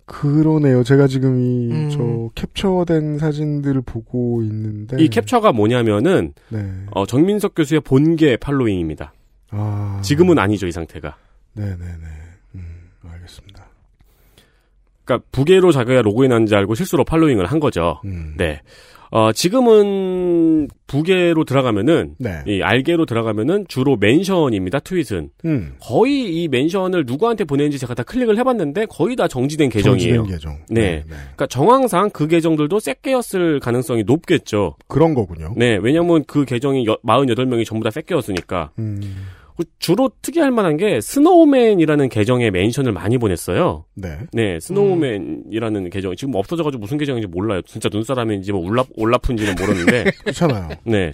Speaker 2: 그러네요. 제가 지금 이
Speaker 3: 음.
Speaker 2: 저 캡처된 사진들을 보고 있는데
Speaker 3: 이 캡처가 뭐냐면은,
Speaker 2: 네.
Speaker 3: 어, 정민석 교수의 본계 팔로잉입니다.
Speaker 2: 아.
Speaker 3: 지금은 아니죠, 이 상태가.
Speaker 2: 네네네. 음, 알겠습니다.
Speaker 3: 그러니까 부계로 자기가 로그인한 줄 알고 실수로 팔로잉을 한 거죠.
Speaker 2: 음.
Speaker 3: 네. 어, 지금은 부계로 들어가면은
Speaker 2: 네.
Speaker 3: 이 알계로 들어가면은 주로 멘션입니다. 트윗은.
Speaker 2: 음.
Speaker 3: 거의 이 멘션을 누구한테 보내는지 제가 다 클릭을 해 봤는데 거의 다 정지된 계정이에요.
Speaker 2: 정지된 계정.
Speaker 3: 네. 그러니까 정황상 그 계정들도 새끼였을 가능성이 높겠죠.
Speaker 2: 그런 거군요.
Speaker 3: 네. 왜냐면 그 계정이 여- 48명이 전부 다 새끼였으니까. 그
Speaker 2: 음.
Speaker 3: 주로 특이할 만한 게 스노우맨이라는 계정에 멘션을 많이 보냈어요.
Speaker 2: 네.
Speaker 3: 네, 스노우맨이라는
Speaker 2: 음.
Speaker 3: 계정 지금 없어져가지고 무슨 계정인지 몰라요. 진짜 눈사람인지 뭐 울라 올라프인지는 모르는데.
Speaker 2: 그렇잖아요.
Speaker 3: 네.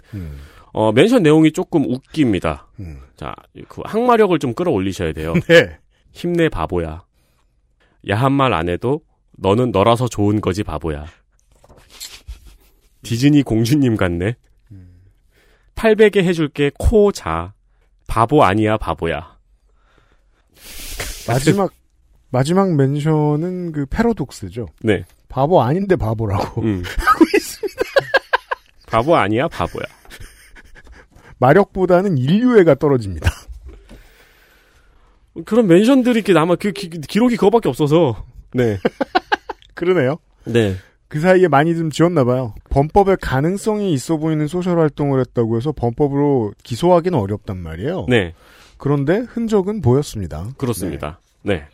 Speaker 3: 어, 멘션 내용이 조금 웃깁니다.
Speaker 2: 음.
Speaker 3: 자, 그 항마력을 좀 끌어올리셔야 돼요.
Speaker 2: 네.
Speaker 3: 힘내 바보야. 야한 말 안 해도 너는 너라서 좋은 거지 바보야. 디즈니 공주님 같네. 800에 해줄게 코자. 바보 아니야 바보야.
Speaker 2: 마지막 마지막 멘션은 그 패러독스죠.
Speaker 3: 네.
Speaker 2: 바보 아닌데 바보라고.
Speaker 3: 음. 바보 아니야 바보야.
Speaker 2: 마력보다는 인류애가 떨어집니다.
Speaker 3: 그런 멘션들이 이렇게 남아 그 기, 기록이 그거밖에 없어서 네.
Speaker 2: 그러네요.
Speaker 3: 네.
Speaker 2: 그 사이에 많이 좀 지었나 봐요. 범법에 가능성이 있어 보이는 소셜 활동을 했다고 해서 범법으로 기소하기는 어렵단 말이에요.
Speaker 3: 네.
Speaker 2: 그런데 흔적은 보였습니다.
Speaker 3: 그렇습니다. 네.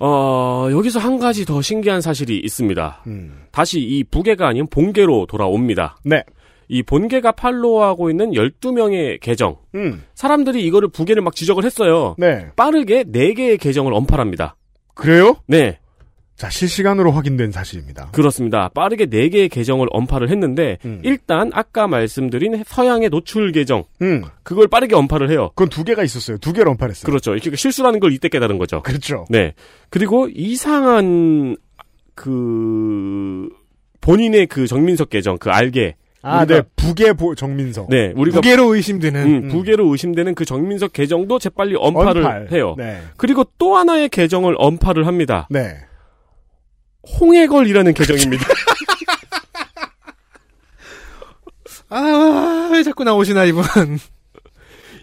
Speaker 3: 어, 여기서 한 가지 더 신기한 사실이 있습니다.
Speaker 2: 음.
Speaker 3: 다시 이 부계가 아닌 본계로 돌아옵니다.
Speaker 2: 네.
Speaker 3: 이 본계가 팔로우하고 있는 12명의 계정.
Speaker 2: 음.
Speaker 3: 사람들이 이거를 부계를 막 지적을 했어요.
Speaker 2: 네.
Speaker 3: 빠르게 4개의 계정을 언팔합니다.
Speaker 2: 그래요?
Speaker 3: 네.
Speaker 2: 자, 실시간으로 확인된 사실입니다.
Speaker 3: 그렇습니다. 빠르게 4개의 계정을 언팔을 했는데, 일단 아까 말씀드린 서양의 노출 계정.
Speaker 2: 음.
Speaker 3: 그걸 빠르게 언팔을 해요.
Speaker 2: 그건 두 개가 있었어요. 두 개를 언팔했어요.
Speaker 3: 그렇죠. 이게 실수라는 걸 이때 깨달은 거죠.
Speaker 2: 그렇죠.
Speaker 3: 네. 그리고 이상한 그 본인의 그 정민석 계정 그 알게
Speaker 2: 아,
Speaker 3: 우리가-
Speaker 2: 네. 북의 보, 정민석.
Speaker 3: 네, 우리가
Speaker 4: 무게로 의심되는
Speaker 3: 음, 부계로 의심되는 그 정민석 계정도 재빨리 언팔을
Speaker 2: 언팔.
Speaker 3: 해요.
Speaker 2: 네.
Speaker 3: 그리고 또 하나의 계정을 언팔을 합니다.
Speaker 2: 네.
Speaker 3: 홍해걸이라는 계정입니다.
Speaker 4: 아, 왜 자꾸 나오시나, 이분.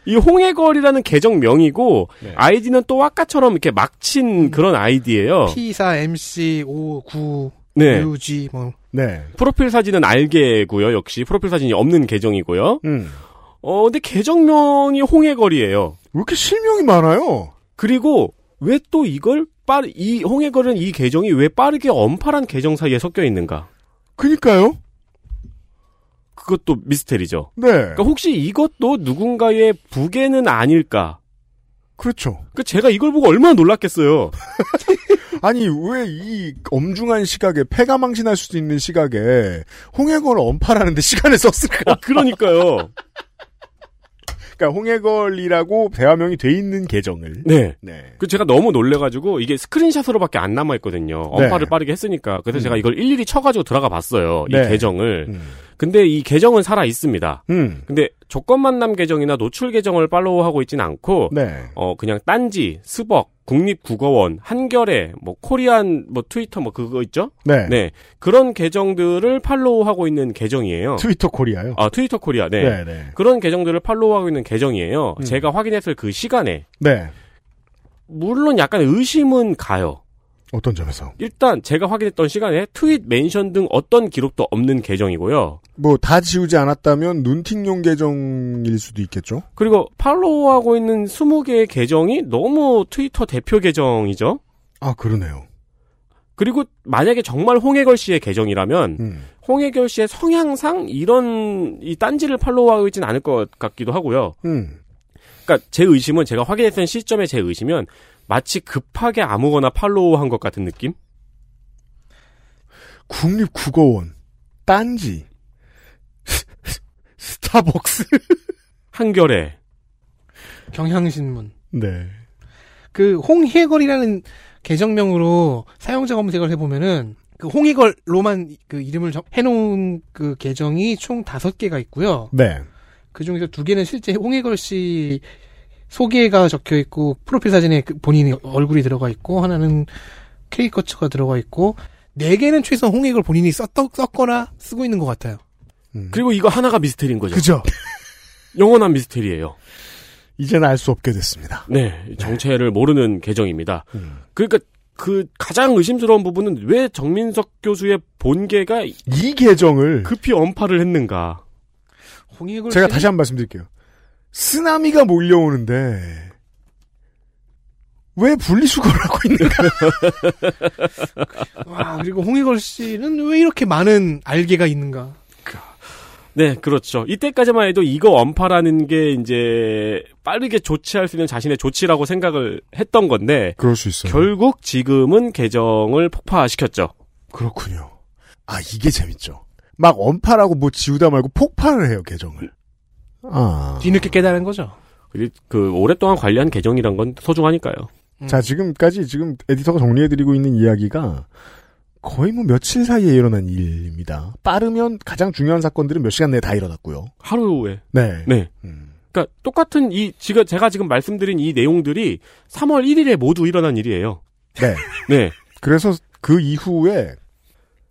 Speaker 3: 이 홍해걸이라는 계정명이고 아이디는 또 아까처럼 이렇게 막친 그런 아이디예요.
Speaker 4: P4, MC, 5, 9,
Speaker 3: 네.
Speaker 4: UG, 뭐.
Speaker 2: 네.
Speaker 3: 프로필 사진은 알게고요. 역시 프로필 사진이 없는 계정이고요.
Speaker 2: 음.
Speaker 3: 어, 근데 계정명이 홍해걸이에요.
Speaker 2: 왜 이렇게 실명이 많아요?
Speaker 3: 그리고 왜 또 이걸 빠르 이 홍해걸은 이 계정이 왜 빠르게 언팔한 계정 사이에 섞여 있는가?
Speaker 2: 그니까요.
Speaker 3: 그것도 미스테리죠.
Speaker 2: 네.
Speaker 3: 그러니까 혹시 이것도 누군가의 부계는 아닐까?
Speaker 2: 그렇죠.
Speaker 3: 그 제가 이걸 보고 얼마나 놀랐겠어요.
Speaker 2: 아니, 왜 이 엄중한 시각에, 폐가 망신할 수도 있는 시각에, 홍해걸 언팔하는데 시간을 썼을까?
Speaker 3: 아, 그러니까요.
Speaker 2: 그러니까 홍해걸이라고 대화명이 돼 있는 계정을.
Speaker 3: 네.
Speaker 2: 네.
Speaker 3: 그 제가 너무 놀래가지고 이게 스크린샷으로밖에 안 남아 있거든요. 언팔을
Speaker 2: 네.
Speaker 3: 빠르게 했으니까 그래서
Speaker 2: 음.
Speaker 3: 제가 이걸 일일이 쳐가지고 들어가 봤어요. 이
Speaker 2: 네.
Speaker 3: 계정을.
Speaker 2: 음.
Speaker 3: 근데 이 계정은 살아 있습니다.
Speaker 2: 음.
Speaker 3: 근데 조건 만남 계정이나 노출 계정을 팔로우하고 있진 않고
Speaker 2: 네.
Speaker 3: 어 그냥 딴지, 스벅, 국립국어원, 한겨레, 뭐 코리안 뭐 트위터 뭐 그거 있죠?
Speaker 2: 네.
Speaker 3: 그런 계정들을 팔로우하고 있는 계정이에요.
Speaker 2: 트위터 코리아요.
Speaker 3: 아, 트위터 코리아. 네.
Speaker 2: 네, 네.
Speaker 3: 그런 계정들을 팔로우하고 있는 계정이에요. 제가 확인했을 그 시간에
Speaker 2: 네.
Speaker 3: 물론 약간 의심은 가요.
Speaker 2: 어떤 점에서?
Speaker 3: 일단 제가 확인했던 시간에 트윗 멘션 등 어떤 기록도 없는 계정이고요.
Speaker 2: 뭐, 다 지우지 않았다면 눈팅용 계정일 수도 있겠죠?
Speaker 3: 그리고 팔로우하고 있는 20개의 계정이 너무 트위터 대표 계정이죠.
Speaker 2: 아, 그러네요.
Speaker 3: 그리고 만약에 정말 홍해걸 씨의 계정이라면
Speaker 2: 음.
Speaker 3: 홍해걸 씨의 성향상 이런 이 딴지를 팔로우하고 있진 않을 것 같기도 하고요.
Speaker 2: 음.
Speaker 3: 그러니까 제 의심은 제가 확인했던 시점에 제 의심은 마치 급하게 아무거나 팔로우한 것 같은 느낌?
Speaker 2: 국립국어원. 딴지. 스타벅스.
Speaker 3: 한결에
Speaker 4: 경향신문.
Speaker 2: 네.
Speaker 4: 그, 홍해걸이라는 계정명으로 사용자 검색을 해보면은, 그 홍해걸로만 그 이름을 적- 해놓은 그 계정이 총 다섯 개가 있고요.
Speaker 2: 네.
Speaker 4: 그 중에서 두 개는 실제 홍해걸 씨 소개가 적혀 있고 프로필 사진에 그 본인 얼굴이 들어가 있고 하나는 캐리커처가 들어가 있고 네 개는 최소 홍해걸 본인이 썼 썼거나 쓰고 있는 것 같아요.
Speaker 2: 음.
Speaker 3: 그리고 이거 하나가 미스터리인 거죠.
Speaker 4: 그죠?
Speaker 3: 영원한 미스터리예요.
Speaker 2: 이제는 알 수 없게 됐습니다. 음.
Speaker 3: 네, 정체를 모르는 계정입니다. 그러니까 그 가장 의심스러운 부분은 왜 정민석 교수의 본계가
Speaker 2: 이 계정을
Speaker 3: 급히 언팔을 했는가?
Speaker 4: 홍해걸
Speaker 2: 제가
Speaker 4: 씨는
Speaker 2: 다시 한 번 말씀드릴게요. 쓰나미가 몰려오는데 왜 분리수거를 하고 있는가?
Speaker 4: 와, 아, 그리고 홍해걸 씨는 왜 이렇게 많은 알개가 있는가?
Speaker 3: 네, 그렇죠. 이때까지만 해도 이거 언팔하는 게 이제 빠르게 조치할 수 있는 자신의 조치라고 생각을 했던 건데
Speaker 2: 그럴 수 있어요.
Speaker 3: 결국 지금은 계정을 폭파시켰죠.
Speaker 2: 그렇군요. 아 이게 재밌죠. 막 언팔하고 뭐 지우다 말고 폭발을 해요 계정을. 아.
Speaker 4: 뒤늦게 깨달은 거죠.
Speaker 3: 그, 그 오랫동안 관리한 계정이란 건 소중하니까요.
Speaker 2: 자 지금까지 지금 에디터가 정리해드리고 있는 이야기가 거의 뭐 며칠 사이에 일어난 일입니다. 빠르면 가장 중요한 사건들은 몇 시간 내에 다 일어났고요.
Speaker 3: 하루에.
Speaker 2: 네.
Speaker 3: 네. 그러니까 똑같은 이 지금 제가 지금 말씀드린 이 내용들이 3월 1일에 모두 일어난 일이에요.
Speaker 2: 네.
Speaker 3: 네.
Speaker 2: 그래서 그 이후에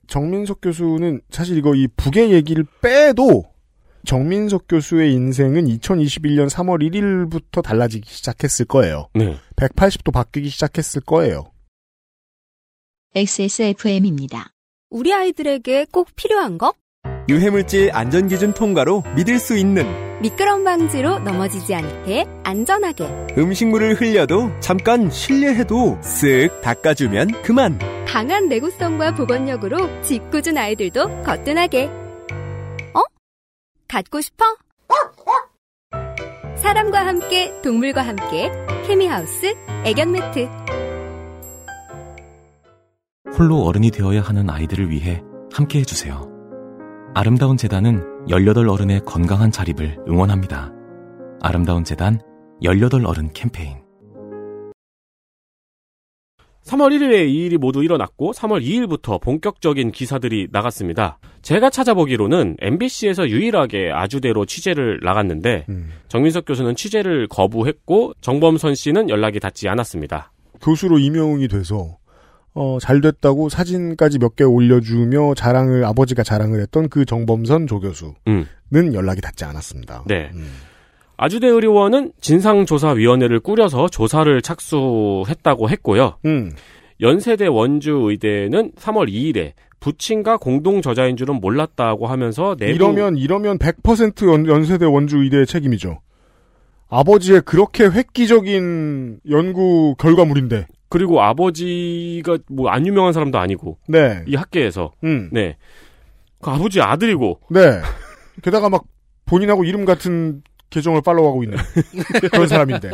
Speaker 2: 정민석 교수는 사실 이거 이 북의 얘기를 빼도 정민석 교수의 인생은 2021년 3월 1일부터 달라지기 시작했을 거예요.
Speaker 3: 네.
Speaker 2: 180도 바뀌기 시작했을 거예요.
Speaker 1: XSFM입니다.
Speaker 11: 우리 아이들에게 꼭 필요한 거?
Speaker 7: 유해물질 안전기준 통과로 믿을 수 있는
Speaker 11: 미끄럼 방지로 넘어지지 않게 안전하게
Speaker 7: 음식물을 흘려도 잠깐 실례해도 쓱 닦아주면 그만.
Speaker 11: 강한 내구성과 보건력으로 짓궂은 아이들도 거뜬하게 어? 갖고 싶어? 사람과 함께 동물과 함께 케미하우스 애견 매트
Speaker 10: 홀로 어른이 되어야 하는 아이들을 위해 함께 해주세요. 아름다운 재단은 18 어른의 건강한 자립을 응원합니다. 아름다운 재단 18 어른 캠페인.
Speaker 3: 3월 1일에 이 일이 모두 일어났고 3월 2일부터 본격적인 기사들이 나갔습니다. 제가 찾아보기로는 MBC에서 유일하게 아주대로 취재를 나갔는데
Speaker 2: 음.
Speaker 3: 정민석 교수는 취재를 거부했고 정범선 씨는 연락이 닿지 않았습니다.
Speaker 2: 교수로 임용이 돼서 어, 잘 됐다고 사진까지 몇 개 올려주며 자랑을 아버지가 자랑을 했던 그 정범선 조교수는
Speaker 3: 음.
Speaker 2: 연락이 닿지 않았습니다. 음.
Speaker 3: 네. 아주대 의료원은 진상조사위원회를 꾸려서 조사를 착수했다고 했고요.
Speaker 2: 음.
Speaker 3: 연세대 원주의대는 3월 2일에 부친과 공동 저자인 줄은 몰랐다고 하면서 내부
Speaker 2: 이러면 이러면 100% 연, 연세대 원주 의대의 책임이죠. 아버지의 그렇게 획기적인 연구 결과물인데.
Speaker 3: 그리고 아버지가 뭐 안 유명한 사람도 아니고
Speaker 2: 네.
Speaker 3: 이 학계에서
Speaker 2: 음.
Speaker 3: 네. 그 아버지 아들이고
Speaker 2: 네. 게다가 막 본인하고 이름 같은 계정을 팔로우하고 있는 그런 사람인데.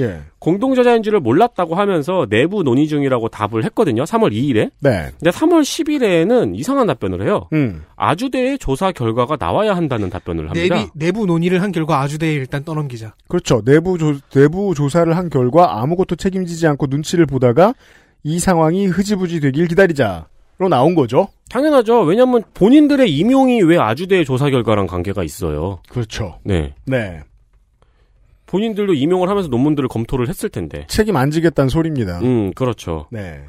Speaker 2: 예.
Speaker 3: 공동 저자인 줄을 몰랐다고 하면서 내부 논의 중이라고 답을 했거든요. 3월 2일에.
Speaker 2: 네.
Speaker 3: 근데 3월 10일에는 이상한 답변을 해요.
Speaker 2: 음.
Speaker 3: 아주대의 조사 결과가 나와야 한다는 답변을
Speaker 2: 네,
Speaker 3: 합니다.
Speaker 4: 내비, 내부 논의를 한 결과 아주대에 일단 떠넘기자.
Speaker 2: 그렇죠. 내부 조, 내부 조사를 한 결과 아무것도 책임지지 않고 눈치를 보다가 이 상황이 흐지부지 되길 기다리자로 나온 거죠.
Speaker 3: 당연하죠. 왜냐하면 본인들의 임용이 왜 아주대의 조사 결과랑 관계가 있어요.
Speaker 2: 그렇죠.
Speaker 3: 네.
Speaker 2: 네.
Speaker 3: 본인들도 임용을 하면서 논문들을 검토를 했을 텐데.
Speaker 2: 책임 안 지겠다는 소리입니다.
Speaker 3: 음, 그렇죠.
Speaker 2: 네.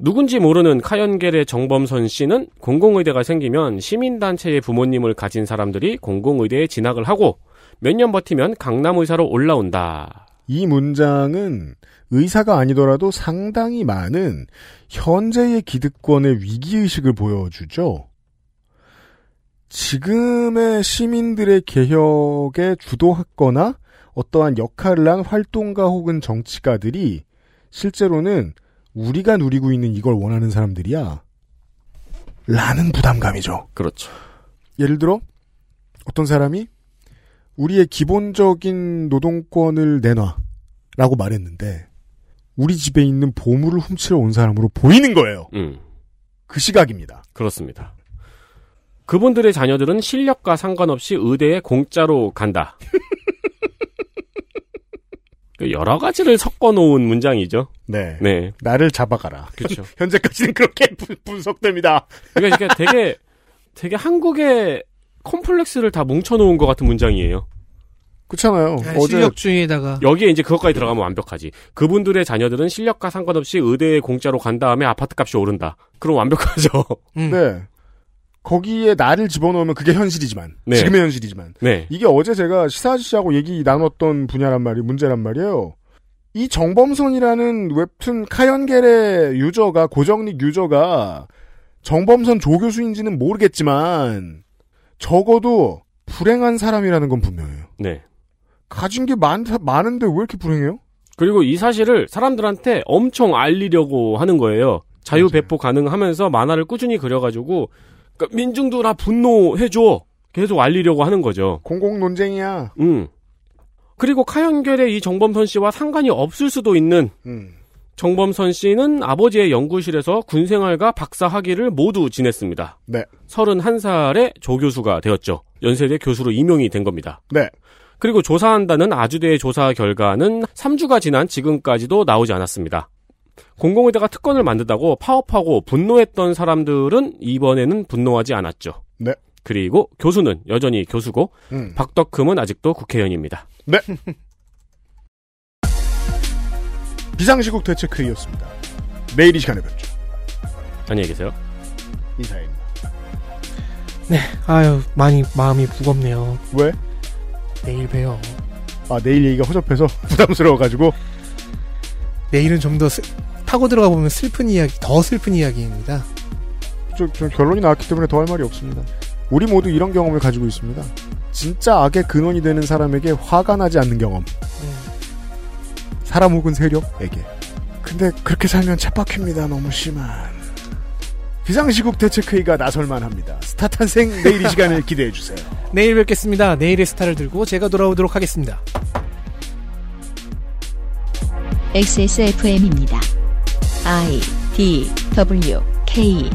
Speaker 3: 누군지 모르는 카연겔의 정범선 씨는 공공의대가 생기면 시민단체의 부모님을 가진 사람들이 공공의대에 진학을 하고 몇 년 버티면 강남의사로 올라온다.
Speaker 2: 이 문장은 의사가 아니더라도 상당히 많은 현재의 기득권의 위기의식을 보여주죠. 지금의 시민들의 개혁에 주도했거나 어떠한 역할을 한 활동가 혹은 정치가들이 실제로는 우리가 누리고 있는 이걸 원하는 사람들이야. 라는 부담감이죠.
Speaker 3: 그렇죠.
Speaker 2: 예를 들어 어떤 사람이 우리의 기본적인 노동권을 내놔라고 말했는데 우리 집에 있는 보물을 훔치러 온 사람으로 보이는 거예요.
Speaker 3: 음.
Speaker 2: 그 시각입니다.
Speaker 3: 그렇습니다. 그분들의 자녀들은 실력과 상관없이 의대에 공짜로 간다. 그 여러 가지를 섞어 놓은 문장이죠.
Speaker 2: 네.
Speaker 3: 네.
Speaker 2: 나를 잡아가라.
Speaker 3: 그렇죠.
Speaker 2: 현재까지는 그렇게 분- 분석됩니다.
Speaker 3: 그러니까 이게 되게 되게 한국의 콤플렉스를 다 뭉쳐 놓은 것 같은 문장이에요.
Speaker 2: 그렇잖아요. 어제
Speaker 4: 네, 실력주의에다가
Speaker 3: 여기에 이제 그것까지 들어가면 완벽하지. 그분들의 자녀들은 실력과 상관없이 의대에 공짜로 간 다음에 아파트 값이 오른다. 그럼 완벽하죠.
Speaker 4: 음.
Speaker 2: 네. 거기에 나를 집어넣으면 그게 현실이지만
Speaker 3: 네.
Speaker 2: 지금의 현실이지만
Speaker 3: 네.
Speaker 2: 이게 어제 제가 시사 아저씨하고 얘기 나눴던 분야란 말이 문제란 말이에요. 이 정범선이라는 웹툰 카연겔의 유저가 고정릭 유저가 정범선 조 교수인지는 모르겠지만 적어도 불행한 사람이라는 건 분명해요.
Speaker 3: 네.
Speaker 2: 가진 게 많, 많은데 왜 이렇게 불행해요?
Speaker 3: 그리고 이 사실을 사람들한테 엄청 알리려고 하는 거예요. 자유 배포 가능하면서 만화를 꾸준히 그려가지고 그러니까 민중도 나 분노해줘 계속 알리려고 하는 거죠.
Speaker 2: 공공 논쟁이야.
Speaker 3: 음. 그리고 카연결의 이 정범선 씨와 상관이 없을 수도 있는
Speaker 2: 음.
Speaker 3: 정범선 씨는 아버지의 연구실에서 군생활과 박사 학위를 모두 지냈습니다.
Speaker 2: 네.
Speaker 3: 31살에 조교수가 되었죠. 연세대 교수로 임용이 된 겁니다.
Speaker 2: 네.
Speaker 3: 그리고 조사한다는 아주대의 조사 결과는 3주가 지난 지금까지도 나오지 않았습니다. 공공의대가 특권을 만든다고 파업하고 분노했던 사람들은 이번에는 분노하지 않았죠.
Speaker 2: 네.
Speaker 3: 그리고 교수는 여전히 교수고
Speaker 2: 음.
Speaker 3: 박덕흠은 아직도 국회의원입니다.
Speaker 2: 네. 비상시국 대책회의였습니다. 내일 이 시간에 뵙죠.
Speaker 3: 안녕히 계세요.
Speaker 2: 이사입니다.
Speaker 4: 네, 아유, 많이 마음이 무겁네요.
Speaker 2: 왜?
Speaker 4: 내일 봬요.
Speaker 2: 아 내일 얘기가 허접해서 부담스러워가지고
Speaker 4: 내일은 좀 더 타고 들어가 보면 슬픈 이야기, 더 슬픈 이야기입니다.
Speaker 2: 저, 저 결론이 나왔기 때문에 더 할 말이 없습니다. 우리 모두 이런 경험을 가지고 있습니다. 진짜 악의 근원이 되는 사람에게 화가 나지 않는 경험. 사람 혹은 세력에게. 근데 그렇게 살면 챗바퀴입니다. 너무 심한. 비상시국 대책회의가 나설만 합니다. 스타 탄생 내일 이 시간을 기대해주세요.
Speaker 4: 내일 뵙겠습니다. 내일의 스타를 들고 제가 돌아오도록 하겠습니다.
Speaker 1: XSFM입니다. I D W K